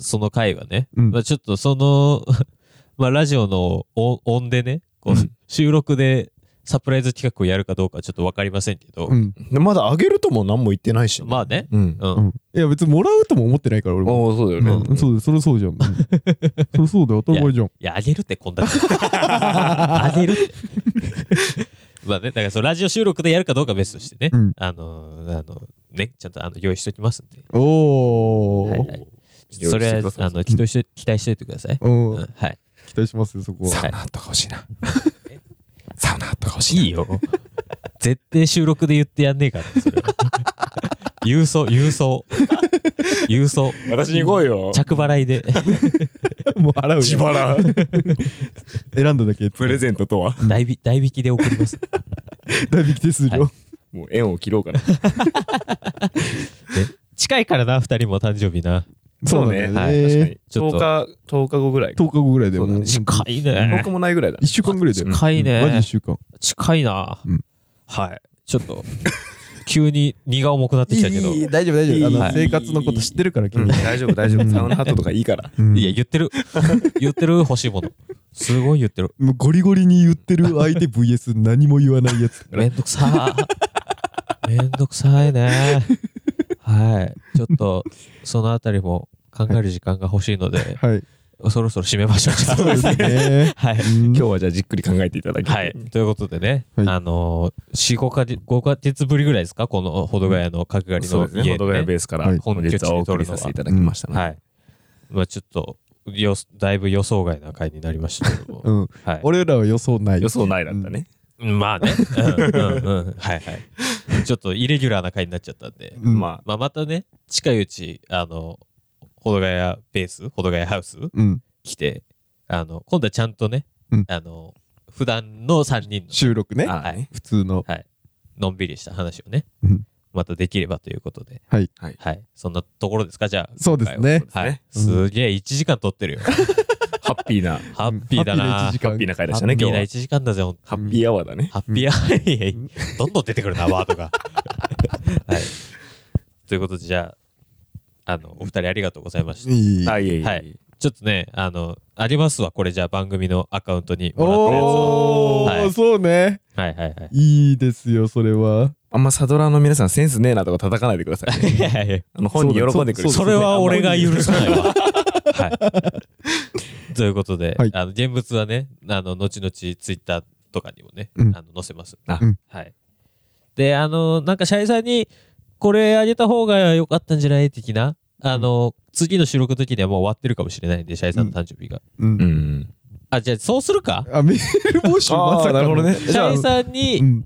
Speaker 1: その回はね、
Speaker 2: うん
Speaker 1: まあちょっとその、 まあラジオの音音でね、こう収録でサプライズ企画をやるかどうかはちょっとわかりませんけど、
Speaker 2: うん
Speaker 3: でまだあげるとも何も言ってないし
Speaker 1: まあね、
Speaker 3: うん
Speaker 1: う。
Speaker 2: うんんいや別にもらうとも思ってないから俺も
Speaker 3: おおそうだよね、
Speaker 2: うん、そうだよそれそう じゃん。うんそれそうだよ、当たり前じゃん。
Speaker 1: いや、あげるってこんだけ。 あげるって。 まあね、だからそのラジオ収録でやるかどうかは別としてね、
Speaker 2: うん
Speaker 1: あのーあの、ね、ちゃんとあの用意しておきますんで、
Speaker 2: お
Speaker 1: はい
Speaker 2: ー
Speaker 1: はいそれは、あの、期待して、期待しておいてください。
Speaker 2: う
Speaker 1: うんん、はい。
Speaker 2: 期待しますよ、そこは。
Speaker 1: はい
Speaker 3: ナあったか欲しい なサウナあったか欲し
Speaker 1: いいよ。絶対収録で言ってやんねえから、それは。郵送、郵送。郵送。
Speaker 3: 私に来いよ
Speaker 1: 着払いで。
Speaker 2: もう払うよ。
Speaker 3: 自 腹
Speaker 2: 選んだだけ。
Speaker 3: プレゼントとは
Speaker 1: 代引代引きで送ります。
Speaker 2: 代引き手数料。
Speaker 1: は
Speaker 3: もう縁を切ろうかな
Speaker 1: 近いからな、二人も誕生日な。
Speaker 2: そうなんだよね
Speaker 1: はい
Speaker 3: 確かに
Speaker 1: ちょっと
Speaker 3: 10日10日後ぐらい
Speaker 2: 10日後ぐらいでも
Speaker 3: そう
Speaker 2: う
Speaker 3: だ
Speaker 2: ん
Speaker 3: ね
Speaker 2: 一
Speaker 1: 近い
Speaker 3: 10日
Speaker 1: ね。
Speaker 3: もないぐらいだ
Speaker 2: 週間ぐらいだよ。
Speaker 1: 近い
Speaker 2: マジ一
Speaker 1: ね。
Speaker 2: 週間。
Speaker 1: 近いな
Speaker 2: うん。
Speaker 1: はい。ちょっと、急に荷が重くなってきたけど。
Speaker 4: いいい
Speaker 1: い
Speaker 4: い大丈夫大丈夫あの、
Speaker 1: はい
Speaker 4: 生活のこと知ってるから君、
Speaker 3: 大 丈夫大丈夫サウナハットとかいいから
Speaker 4: うん
Speaker 1: や、言ってる。言ってる、欲しいもの。すごい言ってる。
Speaker 4: もうゴリゴリに言ってる相手 VS 何も言わないやつ
Speaker 1: めんどくさー。めんどくさいね。はい。ちょっと、そのあたりも考える時間が欲しいので、
Speaker 4: はい
Speaker 1: そろそろ締めましょう。ちょっと
Speaker 4: ですね
Speaker 1: はい。
Speaker 4: 今
Speaker 3: 今日はじゃあじっくり考えていただき
Speaker 1: はい。ということでね、
Speaker 4: はい
Speaker 1: あのー、4、5か月、5ヶ月ぶりぐらいですかこの、保土ヶ谷の角刈り
Speaker 3: そう
Speaker 1: の
Speaker 3: ですね
Speaker 1: 家
Speaker 3: ホドガヤ
Speaker 1: でね。
Speaker 3: ベースから
Speaker 4: はい
Speaker 3: 本日はお送りさせていただきましたね
Speaker 1: はい。まあちょっと、よす、だいぶ予想外な回になりましたけども。
Speaker 4: うん
Speaker 1: はい。
Speaker 4: 俺らは予想ない
Speaker 3: 予想ないだったね
Speaker 1: まあね。うんうんうん。はいはい。ちょっとイレギュラーな回になっちゃったんで。
Speaker 4: うん
Speaker 3: ま
Speaker 1: まあまたね、近いうち、あの、ほどがやベース、ほどがやハウス
Speaker 4: うん
Speaker 1: 来て、あの、今度はちゃんとね、
Speaker 4: うん
Speaker 1: あの、普段の3人
Speaker 4: 収録ね
Speaker 3: あ
Speaker 1: は
Speaker 3: はいい
Speaker 4: 普通の
Speaker 1: ののんびりした話をね、
Speaker 4: うん
Speaker 1: またできればということで。
Speaker 4: はい
Speaker 3: はい
Speaker 1: はい。そんなところですか、じゃあ。
Speaker 4: そうですね
Speaker 1: はい。
Speaker 4: そうですね
Speaker 1: すげえ1時間撮っ てるよ。
Speaker 3: ハッピーな
Speaker 1: ハッピーだな。
Speaker 4: ハッピーな一時
Speaker 3: ハ
Speaker 4: 間
Speaker 3: ッピーな回で
Speaker 1: ハ
Speaker 3: した
Speaker 1: ッ
Speaker 3: ね
Speaker 1: ピー
Speaker 3: 今日
Speaker 1: な
Speaker 3: は
Speaker 1: 1時間だぜ、ほんと
Speaker 3: ハッピーアワーだね
Speaker 1: ハッ ピーアイエイどんどん出てくるな、ワ ードが。はい。ということで、じゃあ、あの、お二人ありがとうございました。
Speaker 4: いい
Speaker 3: はいえいえ
Speaker 1: はいちょっとね、あの、ありますわ、これじゃあ番組のアカウントにもらったやつ
Speaker 4: お
Speaker 1: を。はい
Speaker 4: ーそうね
Speaker 1: はいはいはい
Speaker 4: いですよそれは
Speaker 3: あんまサドラーの皆さんセンスねえなとか叩かないでくださいね
Speaker 1: いいやいやい
Speaker 3: あの本人喜んでくれる
Speaker 1: や。それは俺が許さないわ。はい。ということで、
Speaker 4: はい
Speaker 1: あの、現物はね、あの、後々ツイッターとかにもね、
Speaker 4: うん
Speaker 1: あの載せます。
Speaker 3: あ
Speaker 4: うん
Speaker 1: はい。で、あの、なんかシャイさんに、これあげた方が良かったんじゃない的な、あの、次の収録の時にはもう終わってるかもしれないんで、シャイさんの誕生日が。
Speaker 4: うん
Speaker 3: うん
Speaker 1: あ、じゃあそうするか
Speaker 4: あメール募集まさかの
Speaker 3: あーなるほどね
Speaker 1: シ
Speaker 4: じゃあ
Speaker 1: ャイさん
Speaker 4: う
Speaker 1: に
Speaker 4: ん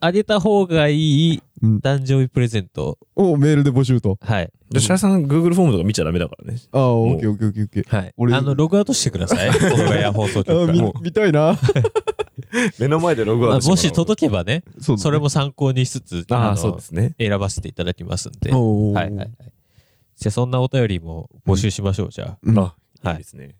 Speaker 1: あげた方がいい
Speaker 4: うん
Speaker 1: 誕生日プレゼント。
Speaker 4: おメールで募集と
Speaker 1: はい。
Speaker 3: じゃあシャイさん Google フォームとか見ちゃダメだからね
Speaker 4: ああオッケーオッケーオッケーオッケー
Speaker 1: はい。
Speaker 4: 俺
Speaker 1: あの、ログアウトしてく ださい。このガヤ放送
Speaker 4: あ
Speaker 1: 局
Speaker 4: ー
Speaker 1: か
Speaker 4: み
Speaker 1: ら。
Speaker 4: 見たいな
Speaker 3: 目の前でログ
Speaker 1: ま
Speaker 3: ア
Speaker 1: あ
Speaker 3: ウト
Speaker 1: もし届けばね、
Speaker 4: そう
Speaker 1: それも参考にしつつ、
Speaker 3: あ
Speaker 1: の
Speaker 3: あそうですね
Speaker 1: 選ばせていただきますんで。はい
Speaker 4: おー
Speaker 1: はいはい。じゃあそんなお便りも募集しましょう、じゃあ。
Speaker 4: うん
Speaker 3: あ
Speaker 1: はい
Speaker 3: いいですね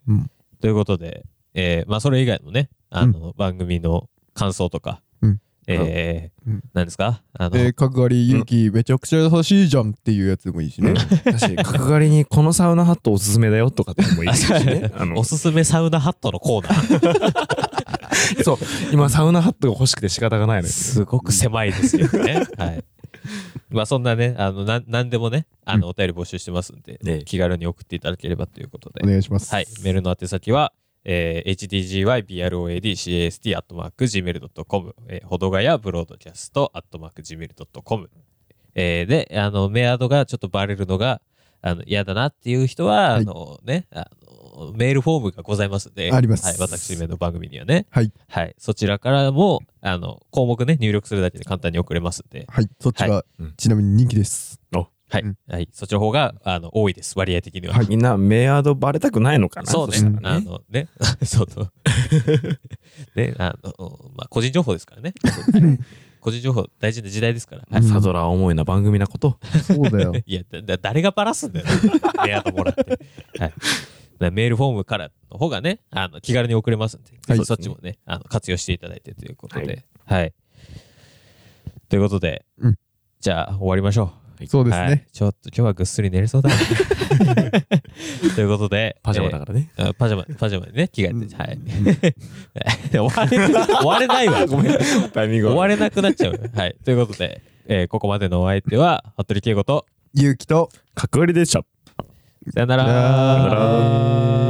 Speaker 1: ということで、えーまあそれ以外のね、あの、番組の感想とか、
Speaker 4: うん
Speaker 1: えー
Speaker 4: うん
Speaker 1: 何ですかあの、
Speaker 4: えー、角刈り勇気めちゃくちゃ優しいじゃんっていうやつでもいいしね。
Speaker 3: 私角刈りにこのサウナハットおすすめだよとかってもいいしねあの
Speaker 1: おすすめサウナハットのコーナー、
Speaker 3: そう今サウナハットが欲しくて仕方がないのよ
Speaker 1: すごく狭いですけどね。はい。まあそんなね、あの、なんなんでもね、あの、お便り募集してますんで、
Speaker 3: ね
Speaker 1: 気軽に送っていただければということで
Speaker 4: お。願いします。
Speaker 1: はい、メールの宛先は、えー、hdgybroadcast.gmail.com、えー、ほどがやブロードキャスト .gmail.com、えー、で、あの、メアドがちょっとバレるのが、あの、嫌だなっていう人は、
Speaker 4: はい
Speaker 1: あのね、あの、メールフォームがございますので、
Speaker 4: あります
Speaker 1: はい、私めの番組にはね、
Speaker 4: はい。
Speaker 1: はい、そちらからも、あの、項目ね、入力するだけで簡単に送れますんで、
Speaker 4: はい。そっちが、
Speaker 3: うん
Speaker 4: ちなみに人気です。
Speaker 1: はい、
Speaker 4: うん
Speaker 1: はい、そっちの方が、あの、多いです、割合的には。
Speaker 3: みんなメアドバレたくないのかな
Speaker 1: そうね
Speaker 3: したら。
Speaker 1: あのね、 そうそう。ね、あの、まあ、個人情報ですからね。個人情報大事な時代ですから。はい
Speaker 4: うん
Speaker 3: サドラー思いな番組なこと
Speaker 4: そう だよ。
Speaker 1: いや、だだ誰がバラすんだよ。メアドもらって。はい。だメールフォームからの方がね、あの気軽に送れますんで、
Speaker 4: はい
Speaker 1: そっちもね、あの活用していただいてということで。はい。ということで、
Speaker 4: うん
Speaker 1: じゃあ終わりましょう。
Speaker 4: そうですね。
Speaker 1: はい。ちょっと今日はぐっすり寝れそうだな。 ということで、
Speaker 3: パジャマだからね、
Speaker 1: あパジャマ、パジャマでね、着替えて、はい。 終われ、終われないわ。 ごめん。終
Speaker 3: タイミング
Speaker 1: わ
Speaker 3: 悪
Speaker 1: れなくなっちゃう。はい。ということで、えーここまでのお相手は、服部圭吾と、
Speaker 4: 勇気と、
Speaker 3: い角刈りでした
Speaker 1: さよなら。
Speaker 4: さよなら